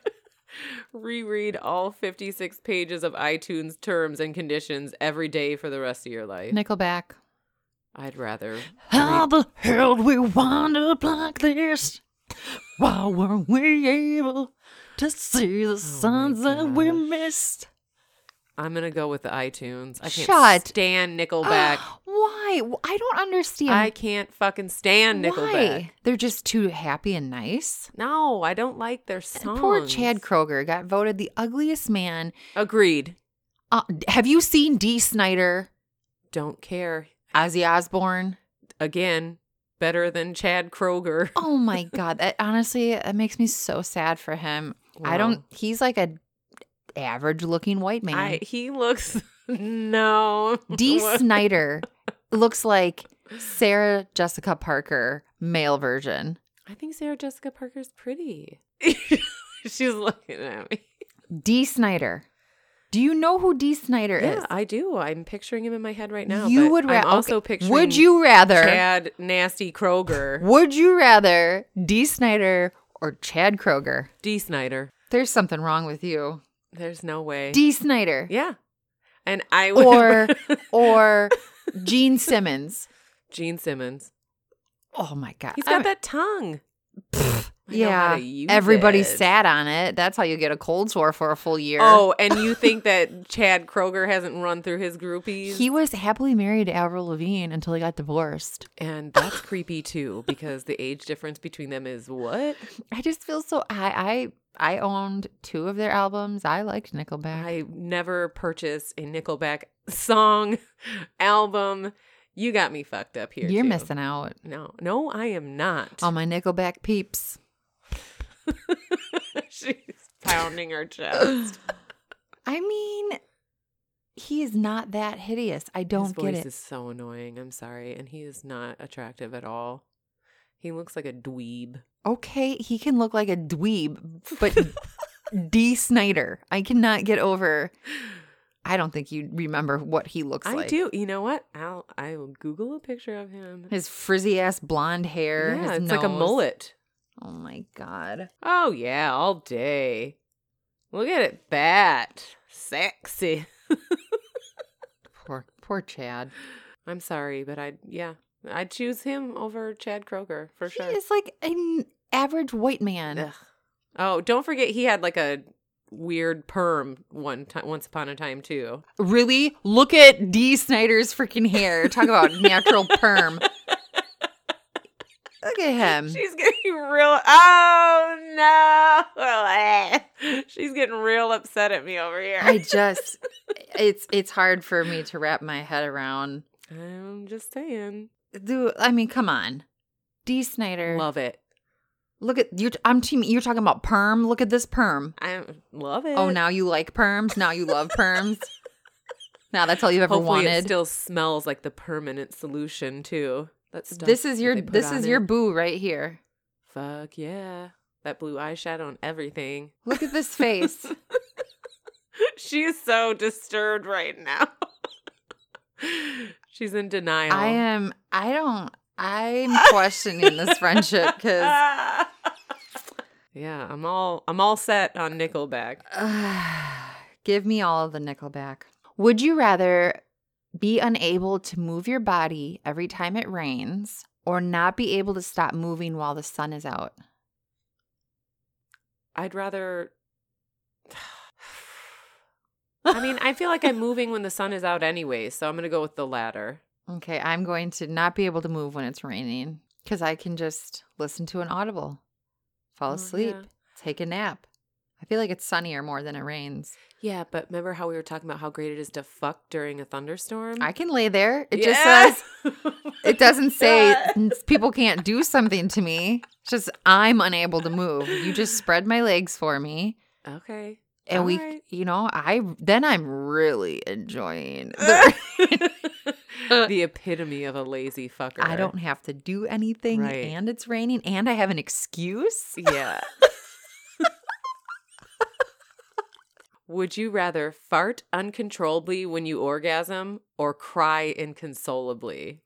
S2: (laughs) reread all 56 pages of iTunes terms and conditions every day for the rest of your life?
S1: Nickelback.
S2: I'd rather
S3: How the hell did we wind up like this? Why weren't we able to see
S1: Oh
S3: the signs that we
S2: gosh.
S3: missed?
S2: I'm gonna go with the iTunes. I can't
S1: Shut
S2: stand Nickelback.
S1: (gasps) Why? I don't understand.
S2: I can't fucking stand Nickelback.
S1: Why? They're just too happy and nice.
S2: No, I don't like their songs.
S1: Poor Chad Kroger got voted the ugliest man.
S2: Agreed.
S1: Uh, have you seen Dee Snyder,
S2: Don't care.
S1: Ozzy Osbourne?
S2: Again, better than Chad Kroger.
S1: Oh my (laughs) God. That honestly, that makes me so sad for him. I don't,
S2: Well,
S1: he's like a average looking white man.
S2: I, (laughs) he looks no.
S1: Dee
S2: What? (laughs)
S1: Snyder looks like Sarah Jessica Parker, male version.
S2: I think Sarah Jessica Parker's
S1: (laughs)
S2: pretty. She's looking at me.
S1: Dee Snyder. Do you know who Dee Snyder
S2: Yeah,
S1: is?
S2: I do. I'm picturing him in my head right now.
S1: you
S2: but
S1: would
S2: I'm
S1: rather.
S2: also picturing.
S1: Would you rather?
S2: Chad Nasty Kroger?
S1: Would you rather Dee Snyder or Chad Kroger?
S2: D. Snyder.
S1: There's something wrong with you.
S2: There's no way.
S1: Dee Snyder
S2: yeah. And I would.
S1: or or Gene Simmons.
S2: (laughs) Gene Simmons.
S1: Oh my god.
S2: He's got
S1: I'm-
S2: that tongue. I know how
S1: yeah.
S2: to use
S1: Everybody
S2: it.
S1: sat on it. That's how you get a cold sore for a full year.
S2: Oh, and you think that Chad Kroger hasn't run through his groupies?
S1: He was happily married to Avril Lavigne until he got divorced.
S2: and that's creepy too, because the age difference between them is what?
S1: I just feel so I I I owned two of their albums. I liked Nickelback.
S2: I never purchased a Nickelback (laughs) song, album. You got me fucked up here.
S1: You're Um,
S2: too.
S1: missing out.
S2: No, no, I am not. (laughs)
S1: All my Nickelback peeps.
S2: She's
S4: Pounding her chest.
S1: I mean, He is not that hideous. I (laughs)
S2: His
S1: don't
S2: voice
S1: get
S2: is
S1: it.
S2: so annoying. I'm sorry, and he is not attractive at all. He looks like a dweeb.
S1: Okay, he can look like a dweeb, (laughs) but D. Snyder, I cannot get over. I don't think you remember what he looks
S2: I
S1: like.
S2: do. You know what? I'll I will Google a picture of him.
S1: His frizzy ass blonde hair.
S2: yeah,
S1: his
S2: it's like a
S1: nose.
S2: mullet.
S1: Oh my god.
S2: Oh yeah, all day. Look at it, bat sexy.
S1: Poor poor Chad.
S2: I'm sorry, but I yeah, I choose him over Chad Kroger for sure.
S1: He is like an average white man.
S2: Ugh. Oh, don't forget he had like a weird perm one time once upon a time too.
S1: Really? Look at D. Snyder's freaking hair. Talk
S2: (laughs)
S1: about natural perm. Look
S2: (laughs)
S1: at him.
S4: She's getting real. Oh
S2: (laughs)
S4: no! She's getting real upset at me over here.
S1: I just it's it's hard for me to wrap my head around.
S2: I'm just saying.
S1: Do I mean, come on. D. Snyder.
S2: Love it.
S1: Look at you I'm team you're talking about perm. Look at this perm.
S2: I love it.
S1: Oh, now you like perms. Now you love
S2: (laughs)
S1: perms. now that's all you've ever
S2: Hopefully it
S1: wanted.
S2: still smells like the permanent solution too. That stuff
S1: this is
S2: that
S1: your
S2: they put
S1: this
S2: on
S1: is
S2: it.
S1: your boo right here.
S2: Fuck yeah. That blue eyeshadow on everything.
S1: Look
S2: (laughs)
S1: at this face.
S4: she is so disturbed right now.
S2: (laughs) She's in denial.
S1: I am I don't I'm
S2: (laughs)
S1: questioning this friendship because
S2: yeah, I'm all I'm all set on Nickelback.
S1: (sighs) give me all of the Nickelback. Would you rather be unable to move your body every time it rains or not be able to stop moving while the sun is out?
S2: I'd rather (sighs) I mean, I feel like I'm moving when the sun is out anyway, so I'm going to go with the latter.
S1: Okay, I'm going to not be able to move when it's raining because I can just listen to an audible, fall
S2: Oh,
S1: asleep,
S2: yeah.
S1: take a nap. I feel like it's sunnier more than it rains.
S2: Yeah, but remember how we were talking about how great it is to fuck during a thunderstorm?
S1: I can lay there. It just
S2: Mm. Yeah.
S1: says,
S2: (laughs)
S1: it doesn't say people can't do something to me. It's just I'm unable to move. You just spread my legs for me.
S2: (laughs) Okay.
S1: And
S2: All
S1: we,
S2: right.
S1: you know, I then I'm really enjoying.
S2: (laughs)
S1: The,
S2: the epitome of a lazy fucker.
S1: I don't have to do anything,
S2: Right.
S1: and it's raining, and I have an excuse.
S2: Yeah. Would you rather fart uncontrollably when you orgasm or cry
S1: (laughs)
S2: inconsolably?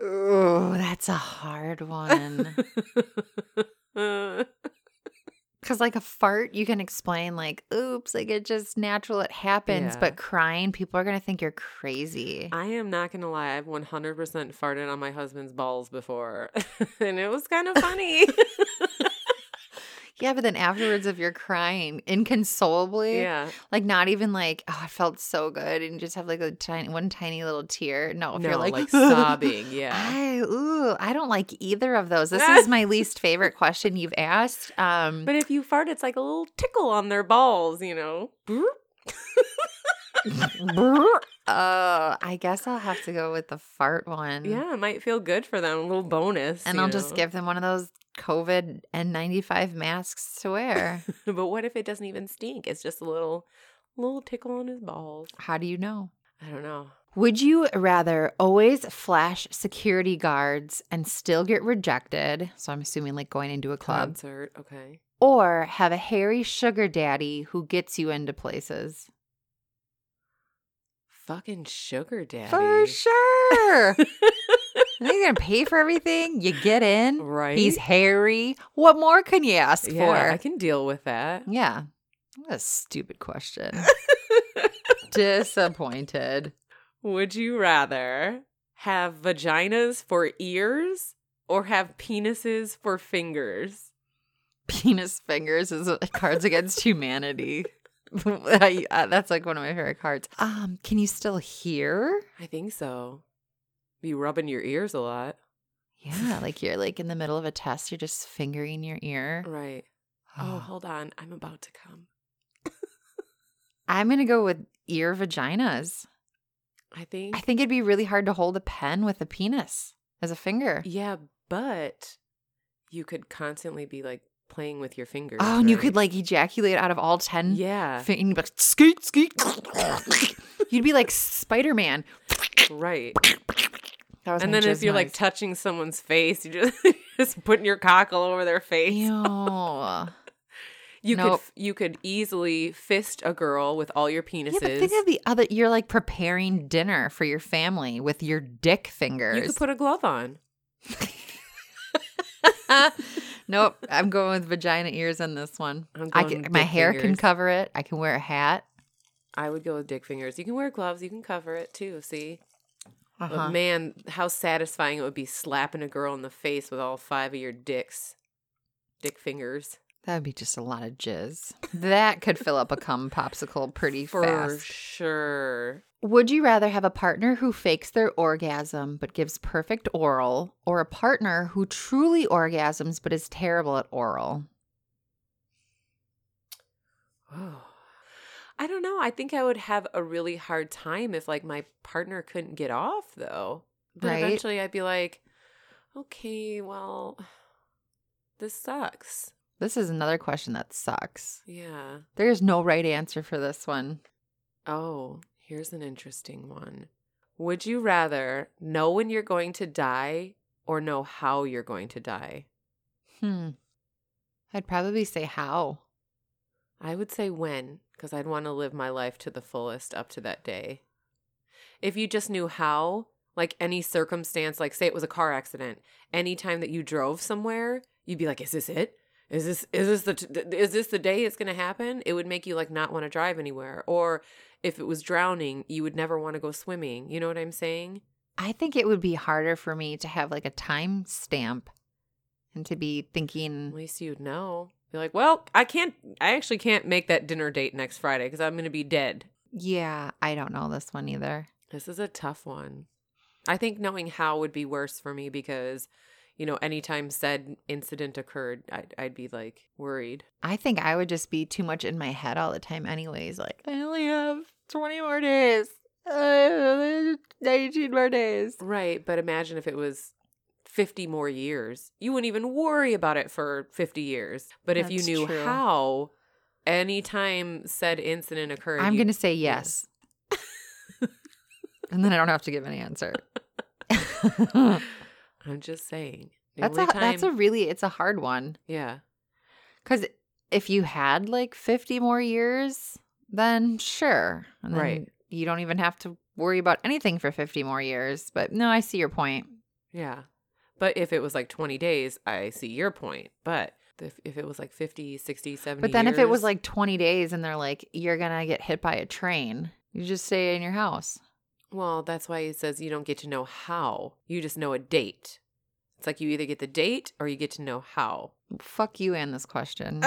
S1: Oh, that's a hard one. (laughs) Cause like a fart, you can explain like, "Oops, like it just natural, it happens."
S2: Yeah.
S1: But crying, people are gonna think you're crazy.
S2: I am not gonna lie, I've 100% farted on my husband's balls before, (laughs) and it was kind of
S1: (laughs)
S2: funny.
S1: yeah, but then afterwards, if you're crying inconsolably,
S2: yeah,
S1: like not even like, "Oh, it felt so good," and you just have like a tiny, one tiny little tear. No, if
S2: no,
S1: you're like, (laughs)
S2: like, sobbing. Yeah,
S1: I ooh, I don't like either of those. This
S2: (laughs)
S1: is my least favorite question you've asked. Um, (laughs)
S2: but if you fart, it's like a little tickle on their balls, you know.
S1: oh, I guess I'll have to go with the fart one.
S2: Yeah, it might feel good for them, a little bonus.
S1: And
S2: you
S1: I'll just
S2: know?
S1: give them one of those COVID N95 masks to (laughs) wear.
S2: (laughs) But what if it doesn't even stink? It's just a little, little tickle on his balls.
S1: How do you know?
S2: I don't know.
S1: Would you rather always flash security guards and still get rejected? So I'm assuming like going into a club,
S2: Concert, okay.
S1: or have a hairy sugar daddy who gets you into places?
S2: Fucking sugar daddy.
S1: For
S2: (laughs)
S1: sure. You're gonna pay for everything. You get in.
S2: Right.
S1: He's hairy. What more can you ask
S2: yeah,
S1: for?
S2: I can deal with that.
S1: Yeah. What a stupid question. Disappointed.
S2: Would you rather have vaginas for ears or have penises for fingers?
S1: Penis fingers is a- Cards Against Humanity. (laughs) I, uh, that's like one of my favorite cards. Um, can you still hear?
S2: I think so. Be rubbing your ears a lot.
S1: Yeah, like you're like in the middle of a test, you're just fingering your ear.
S2: Right. Oh, hold on. I'm about to come.
S1: I'm gonna go with ear vaginas.
S2: I think.
S1: I think it'd be really hard to hold a pen with a penis as a finger.
S2: yeah, but you could constantly be like playing with your fingers.
S1: Oh, and you
S2: right?
S1: could like ejaculate out of all 10
S2: Yeah.
S1: fi- and you'd be like, skeet, skeet. (laughs) You'd be like Spider Man. (laughs)
S2: Right.
S1: That was
S2: And
S1: my
S2: then if
S1: jizz
S2: you're like
S1: noise.
S2: touching someone's face, you just (laughs) just putting your cock all over their face.
S1: Ew.
S2: You could
S1: Nope.
S2: f- you could easily fist a girl with all your penises.
S1: Yeah, but think of the other. You're like preparing dinner for your family with your dick fingers.
S2: you could put a glove on. (laughs)
S1: nope, I'm going with vagina ears on this one.
S2: I'm
S1: I
S2: going
S1: can, my
S2: dick
S1: hair can
S2: fingers.
S1: cover it. I can wear a hat.
S2: I would go with dick fingers. You can wear gloves. You can cover it too. See, But
S1: Uh-huh.
S2: man, how satisfying it would be slapping a girl in the face with all five of your dicks, dick fingers
S1: That would be just a lot of jizz. That could fill up a cum popsicle pretty
S2: for
S1: fast.
S2: sure.
S1: Would you rather have a partner who fakes their orgasm but gives perfect oral, or a partner who truly orgasms but is terrible at oral?
S2: Oh. I don't know. I think I would have a really hard time if like my partner couldn't get off though. But
S1: Right.
S2: eventually I'd be like, okay, well, (sighs) this sucks.
S1: This is another question that sucks.
S2: Yeah.
S1: There is no right answer for this one.
S2: Oh, here's an interesting one. Would you rather know when you're going to die or know how you're going to die?
S1: Hmm. I'd probably say how.
S2: I would say when, because I'd want to live my life to the fullest up to that day. If you just knew how, like any circumstance, like say it was a car accident, any time that you drove somewhere, you'd be like, "Is this it? Is this is this the t- th- is this the day it's going to happen?" It would make you like not want to drive anywhere. Or if it was drowning, you would never want to go swimming. You know what I'm saying?
S1: I think it would be harder for me to have like a time stamp and to be
S2: At
S1: thinking,
S2: least you'd know. Be like, "Well, I can't. I actually can't make that dinner date next Friday because I'm going to be dead."
S1: yeah, I don't know this one either.
S2: This is a tough one. I think knowing how would be worse for me because, you know, anytime said incident occurred, I'd, I'd be like worried.
S1: I think I would just be too much in my head all the time, anyways. Like, I only have 20 more days, uh, 19 more days.
S2: Right. But imagine if it was 50 more years. You wouldn't even worry about it for 50 years. But if you
S1: That's
S2: knew
S1: true.
S2: how, anytime said incident occurred,
S1: I'm
S2: you-
S1: going to say
S2: (laughs)
S1: yes. and then I don't have to give an answer.
S2: (laughs)
S1: (laughs)
S2: I'm just saying. The
S1: that's a
S2: only
S1: that's a
S2: time-
S1: really it's a hard one.
S2: Yeah.
S1: Because if you had like 50 more years, then sure. And then
S2: Right.
S1: You don't even have to worry about anything for 50 more years. But no, I see your point.
S2: Yeah. But if it was like 20 days, I see your point. But if, if it was like 50, 60, 70
S1: But then if it was
S2: years-
S1: like 20 days and they're like, you're going to get hit by a train, you just stay in your house.
S2: Well, that's why he says you don't get to know how. You just know a date. It's like you either get the date or you get to know
S1: (laughs)
S2: how.
S1: Fuck you and this (laughs) question.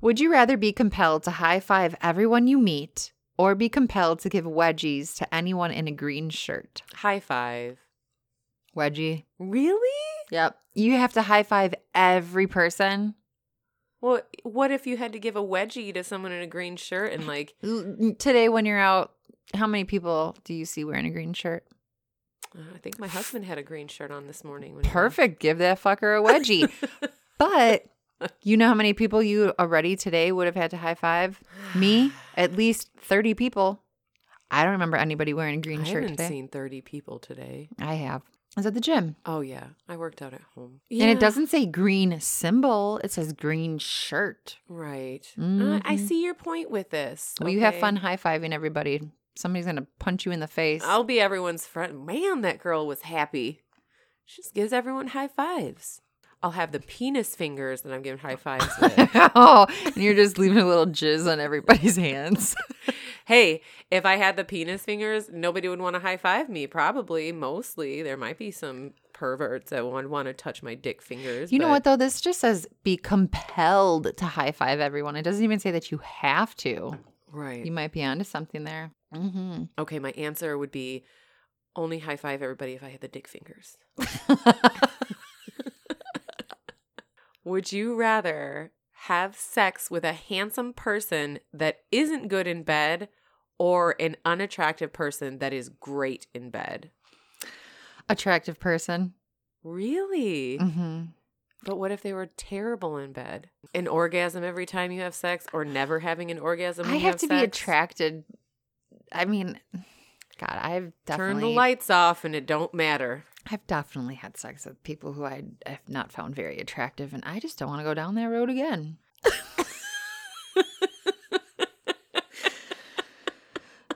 S1: Would you rather be compelled to high five everyone you meet or be compelled to give wedgies to anyone in a green shirt?
S2: High five.
S1: Wedgie.
S2: Really?
S1: Yep. You have to high five every person.
S2: Well, what if you had to give a wedgie to someone in a green shirt and like,
S1: L- today when you're out how many people do you see wearing a green shirt
S2: uh, I think my husband had a green shirt on this morning. When he left. (sighs)
S1: perfect give that fucker a
S2: (laughs)
S1: wedgie but you know how many people you already today would have had to high five
S2: (sighs)
S1: me at least 30 people i don't remember anybody wearing a green
S2: I
S1: shirt
S2: haven't
S1: today
S2: seen 30 people today.
S1: i have I was at the gym
S2: Oh, yeah. I worked out at home.
S1: and
S2: Yeah.
S1: it doesn't say green symbol it says green shirt
S2: Right. Uh, I
S1: Mhm.
S2: see your point with this.
S1: well you have
S2: Okay.
S1: fun high-fiving everybody somebody's gonna punch you in the face (laughs)
S2: I'll be everyone's friend. Man, that girl was happy. She just gives everyone high fives. I'll have the penis fingers that I'm giving high fives
S1: (laughs)
S2: with.
S1: oh and you're just leaving a little jizz on everybody's (laughs)
S2: (laughs)
S1: hands
S2: hey, if I had the penis fingers, nobody would want to high five me. Probably, mostly. There might be some perverts that would want to touch my dick fingers.
S1: You know
S2: but-
S1: what though? This just says be compelled to high five everyone. It doesn't even say that you have to.
S2: Right.
S1: You might be onto something there. hmm
S2: Okay, my answer would be only high five everybody if I had the dick fingers. Would you rather have sex with a handsome person that isn't good in bed or an unattractive person that is great in bed?
S1: (laughs) Attractive person.
S2: Really?
S1: hmm
S2: But what if they were terrible in bed? An orgasm every time you have sex, or never having an orgasm. When
S1: I
S2: you
S1: have to be
S2: sex?
S1: attracted. I mean, God, I've definitely
S2: Turn the lights off, and it don't matter.
S1: I've definitely had sex with people who I have not found very attractive, and I just don't want to go down that road
S2: (laughs)
S1: again.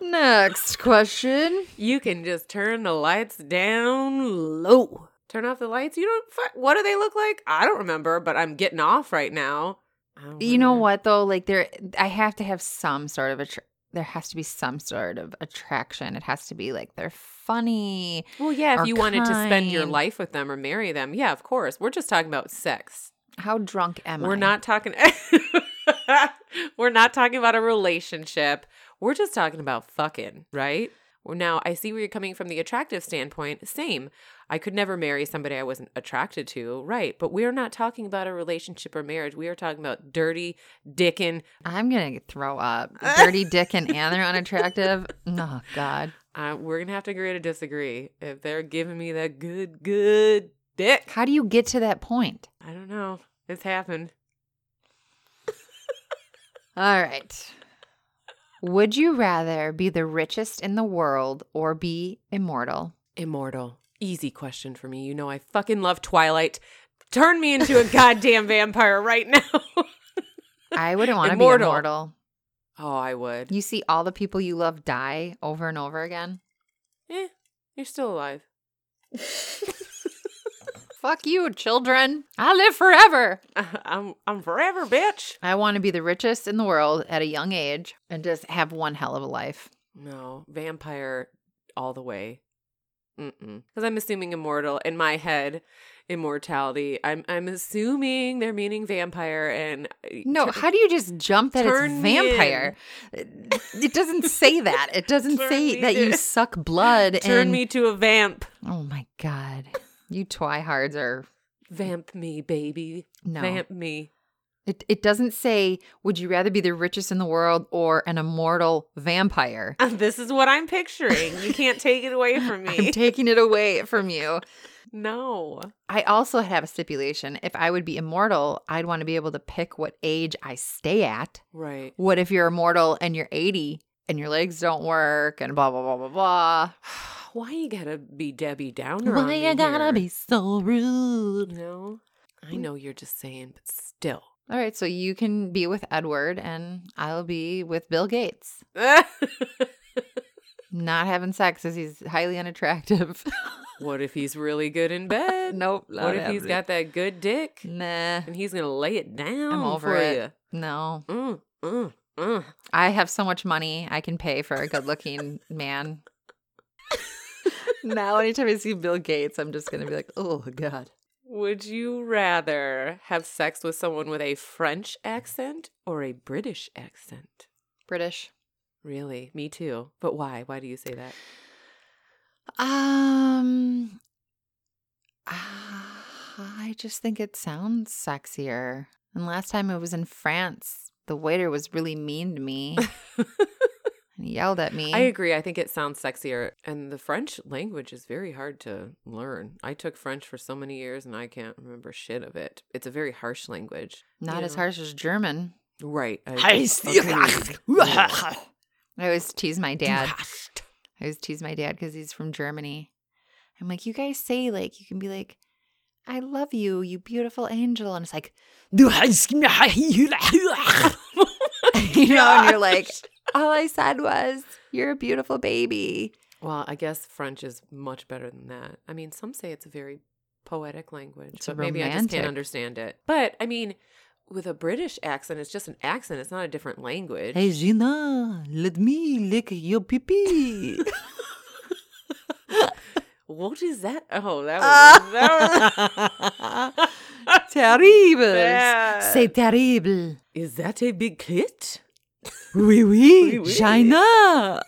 S1: Next question.
S2: You can just turn the lights down low. Turn off the lights. You don't. fu- What do they look like? I don't remember, but I'm getting off right now. I don't
S1: You know
S2: remember.
S1: what though? Like there, I have to have some sort of attra- there has to be some sort of attraction. It has to be like they're funny.
S2: Well, yeah,
S1: are
S2: if you wanted to spend your
S1: kind.
S2: life with them or marry them, yeah, of course. We're just talking about sex.
S1: How drunk am I?
S2: We're not talking (laughs) We're not talking about a relationship. We're just talking about fucking, right? Well, Now, I see where you're coming from the attractive standpoint. Same. I could never marry somebody I wasn't attracted to, right? But we're not talking about a relationship or marriage. We are talking about dirty, dickin'.
S1: I'm gonna throw (laughs) up. Dirty dick and and they're unattractive. Oh God.
S2: Uh, we're going to have to agree to disagree. If they're giving me that good, good dick,
S1: How do you get to that point?
S2: I don't know. It's happened.
S1: All right. Would you rather be the richest in the world or be immortal?
S2: Immortal. Easy question for me. You know, I fucking love Twilight. Turn me (laughs) into a goddamn vampire right now. (laughs)
S1: I (laughs) wouldn't want to be
S2: Immortal.
S1: immortal.
S2: oh, I would.
S1: You see all the people you love die over and over again.
S2: Eh, you're still alive. (laughs)
S1: Fuck you, children. I live forever.
S2: I'm I'm forever, bitch.
S1: I want to be the richest in the world at a young age and just have one hell of a life.
S2: No, vampire all the way. Mm-mm. Because I'm assuming immortal in my head, immortality. I'm I'm assuming they're meaning vampire and uh,
S1: No, how do you just jump that
S2: Turn
S1: it's
S2: me in.
S1: vampire? It doesn't say that. It (laughs) doesn't
S2: Turn
S1: say
S2: me
S1: that you
S2: in.
S1: suck (laughs) blood
S2: turn
S1: and
S2: me to a vamp.
S1: Oh my god. You twihards are
S2: Vamp me, baby.
S1: no.
S2: Vamp me. (laughs)
S1: It it doesn't say would you rather be the richest in the world or an immortal vampire?
S4: This is what I'm picturing. You can't take it away from
S2: (laughs)
S1: I'm (laughs)
S4: me.
S1: taking it away from you.
S2: No.
S1: I also have a stipulation. If I would be immortal, I'd want to be able to pick what age I stay at.
S2: Right.
S1: What if you're immortal and you're 80 and your legs don't work and blah blah blah blah blah?
S2: (sighs) Why you gotta be Debbie Downer?
S3: Why
S2: on
S3: you
S2: me
S3: gotta
S2: here?
S3: be so rude?
S2: No, I know you're just saying, but still.
S1: All right, so you can be with Edward and I'll be with Bill Gates. Not having sex as he's highly unattractive. (laughs)
S2: what if he's really good in bed?
S1: nope. not
S2: What if he's
S1: happening.
S2: got that good dick
S1: Nah.
S2: and he's gonna lay it down
S1: over
S2: for
S1: it. No.
S2: you? Mm, mm, mm.
S1: I have so much money I can pay for a good looking man. now anytime I see Bill Gates, I'm just gonna be like, oh God.
S2: Would you rather have sex with someone with a French accent or a British accent?
S1: British.
S2: Really? Me too. But why? Why do you say that?
S1: Um I just think it sounds sexier. And last time it was in France, the waiter was really mean
S3: (laughs)
S1: to me and yelled at me.
S2: I agree. I think it sounds sexier. And the French language is very hard to learn. I took French for so many years and I can't remember shit of it. It's a very harsh language.
S1: Not
S2: you
S1: as
S2: know.
S1: harsh as German.
S2: Right.
S3: I see-
S2: agree.
S1: (laughs) I always tease
S3: (laughs)
S1: my
S2: (laughs)
S1: dad. I always tease my dad because he's from Germany. I'm like, you guys say like you can be like, I love you, you beautiful angel, and it's like,
S3: You
S1: (laughs)
S3: know,
S1: you know, and you're like, all I said was, you're a beautiful baby.
S2: (laughs) Well, I guess French is much better than that. I mean, some say it's a very poetic language,
S1: It's a
S2: but maybe I just
S1: romantic-
S2: can't understand it. But I mean, with a British accent, it's just an accent. It's not a different language.
S3: Hey Gina, let me lick your pee
S1: (laughs)
S3: pee.
S2: What is that? Oh, that
S1: (laughs)
S2: was, that was
S3: terrible.
S4: Yeah.
S3: C'est terrible.
S2: Is that a big clit?
S3: Oui, oui,
S2: oui.
S3: China.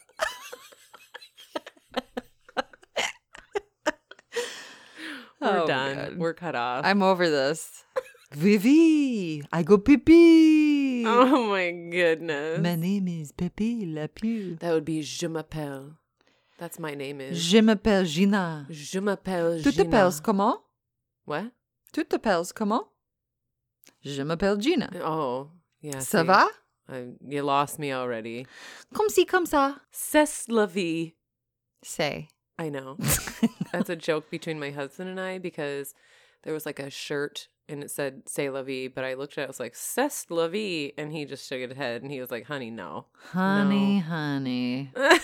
S2: We're
S1: Oh,
S2: done.
S1: God.
S2: We're cut off.
S1: I'm over this.
S3: Vivi, I go pee pee.
S2: (laughs) oh my goodness.
S3: My name is Pepe Lapu.
S2: That would be Je m'appelle. That's my name is.
S3: Je m'appelle Gina.
S2: Je m'appelle
S3: Tu
S2: euh, Gina.
S3: t'appelles comment?
S2: What?
S3: Tu t'appelles comment? Je m'appelle Gina.
S2: Oh, yeah.
S3: Ça
S2: see,
S3: va?
S2: I, you lost me already.
S3: Comme si, comme ça.
S2: C'est la vie. (laughs)
S1: Say.
S2: I know. That's a joke between my husband and I because there was like a shirt and it said "C'est la vie," but I looked at it, I was like "C'est la vie," and he just shook his head and he was like, "Honey, no." (laughs)
S3: honey, honey.
S2: Remember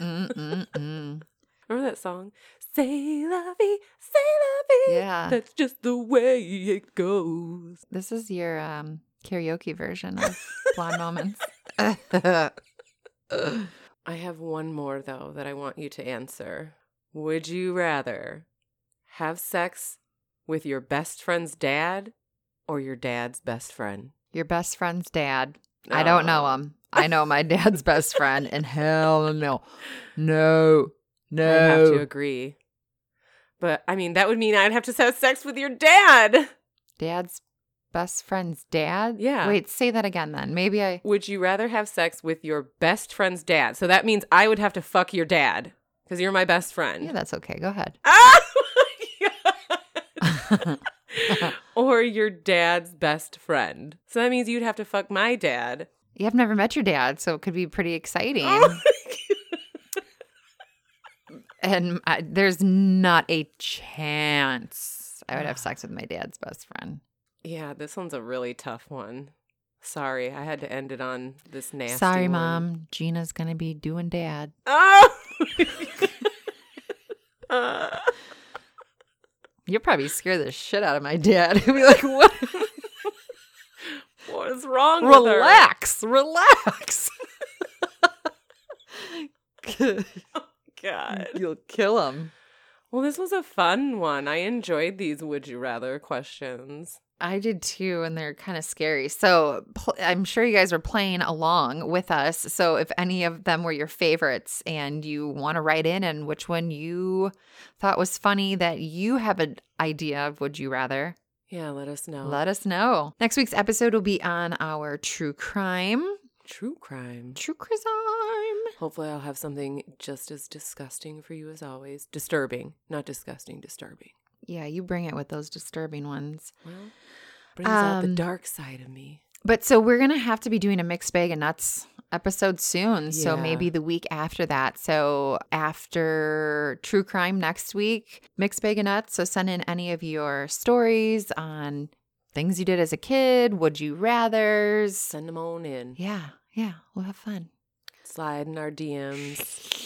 S1: Mm, Mm-mm-mm.
S2: that song? "C'est la vie, c'est la vie."
S1: Yeah.
S2: That's just the way it (laughs) goes.
S1: This is your um, karaoke version
S2: (laughs)
S1: of Blonde Moments.
S2: I have one more though that I want you to answer. Would you rather have sex with your best friend's dad or your dad's best friend? Um,
S1: Your best friend's dad. I don't know
S2: Oh.
S1: him. I know my dad's best friend, and hell no. No.
S2: (laughs) I have to
S1: No.
S2: agree. But I mean, that would mean I'd have to have sex with your dad.
S1: Dad's best friend's dad?
S2: Yeah.
S1: Wait, say that again then. Maybe I.
S2: Would you rather have sex with your best friend's dad? So that means I would have to fuck your dad because you're my best friend. (laughs)
S1: Yeah, that's okay. Go ahead.
S2: Ah!
S1: (laughs)
S2: or your dad's best friend. So that means you'd have to fuck my dad.
S1: Yeah, I've never met your dad, so it could be pretty exciting. (laughs) and I, there's not a chance I would have (sighs) sex with my dad's best friend.
S2: (laughs) Yeah, this one's a really tough one. Sorry, I had to end it on this nasty.
S1: Sorry,
S2: one.
S1: mom. Gina's going to be doing dad.
S2: (laughs) Oh!
S1: You'll probably scare the shit out of my dad. (laughs) He'll be like, what?
S2: (laughs) what is wrong with her?
S1: relax, (laughs) relax.
S2: God.
S1: You'll kill him.
S2: Well, this was a fun one. I enjoyed these would you rather questions.
S1: I did too, and they're kind of scary. So pl- I'm sure you guys were playing along with us. So if any of them were your favorites and you want to write in and which one you thought was funny that you have an idea of, would you rather?
S2: Yeah, let us know.
S1: Let us know. Next week's episode will be on our true crime.
S2: True crime.
S1: True crime.
S2: Hopefully, I'll have something just as disgusting for you as always. Disturbing, not disgusting, disturbing.
S1: Yeah, you bring it with those disturbing ones.
S2: Well, brings out the
S1: Um,
S2: dark side of me.
S1: But so we're going to have to be doing a mixed bag of nuts episode soon. So
S2: Yeah.
S1: maybe the week after that. So after true crime next week, mixed bag of nuts. So send in any of your stories on things you did as a kid, would you rathers.
S2: Send them on in.
S1: Yeah, yeah, we'll have fun.
S2: Slide in our DMs.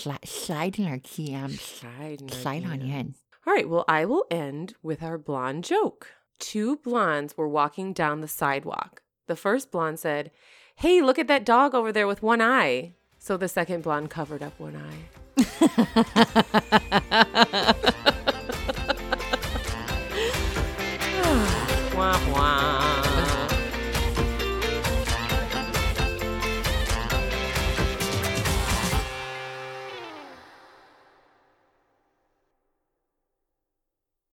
S1: Um, Sli- slide in our DMs.
S2: Slide in our
S1: Slide on
S2: DMs.
S1: in.
S2: All right, well, I will end with our blonde joke. Two blondes were walking down the sidewalk. The first blonde said, Hey, look at that dog over there with one eye. (sighs) So the second blonde covered up one eye.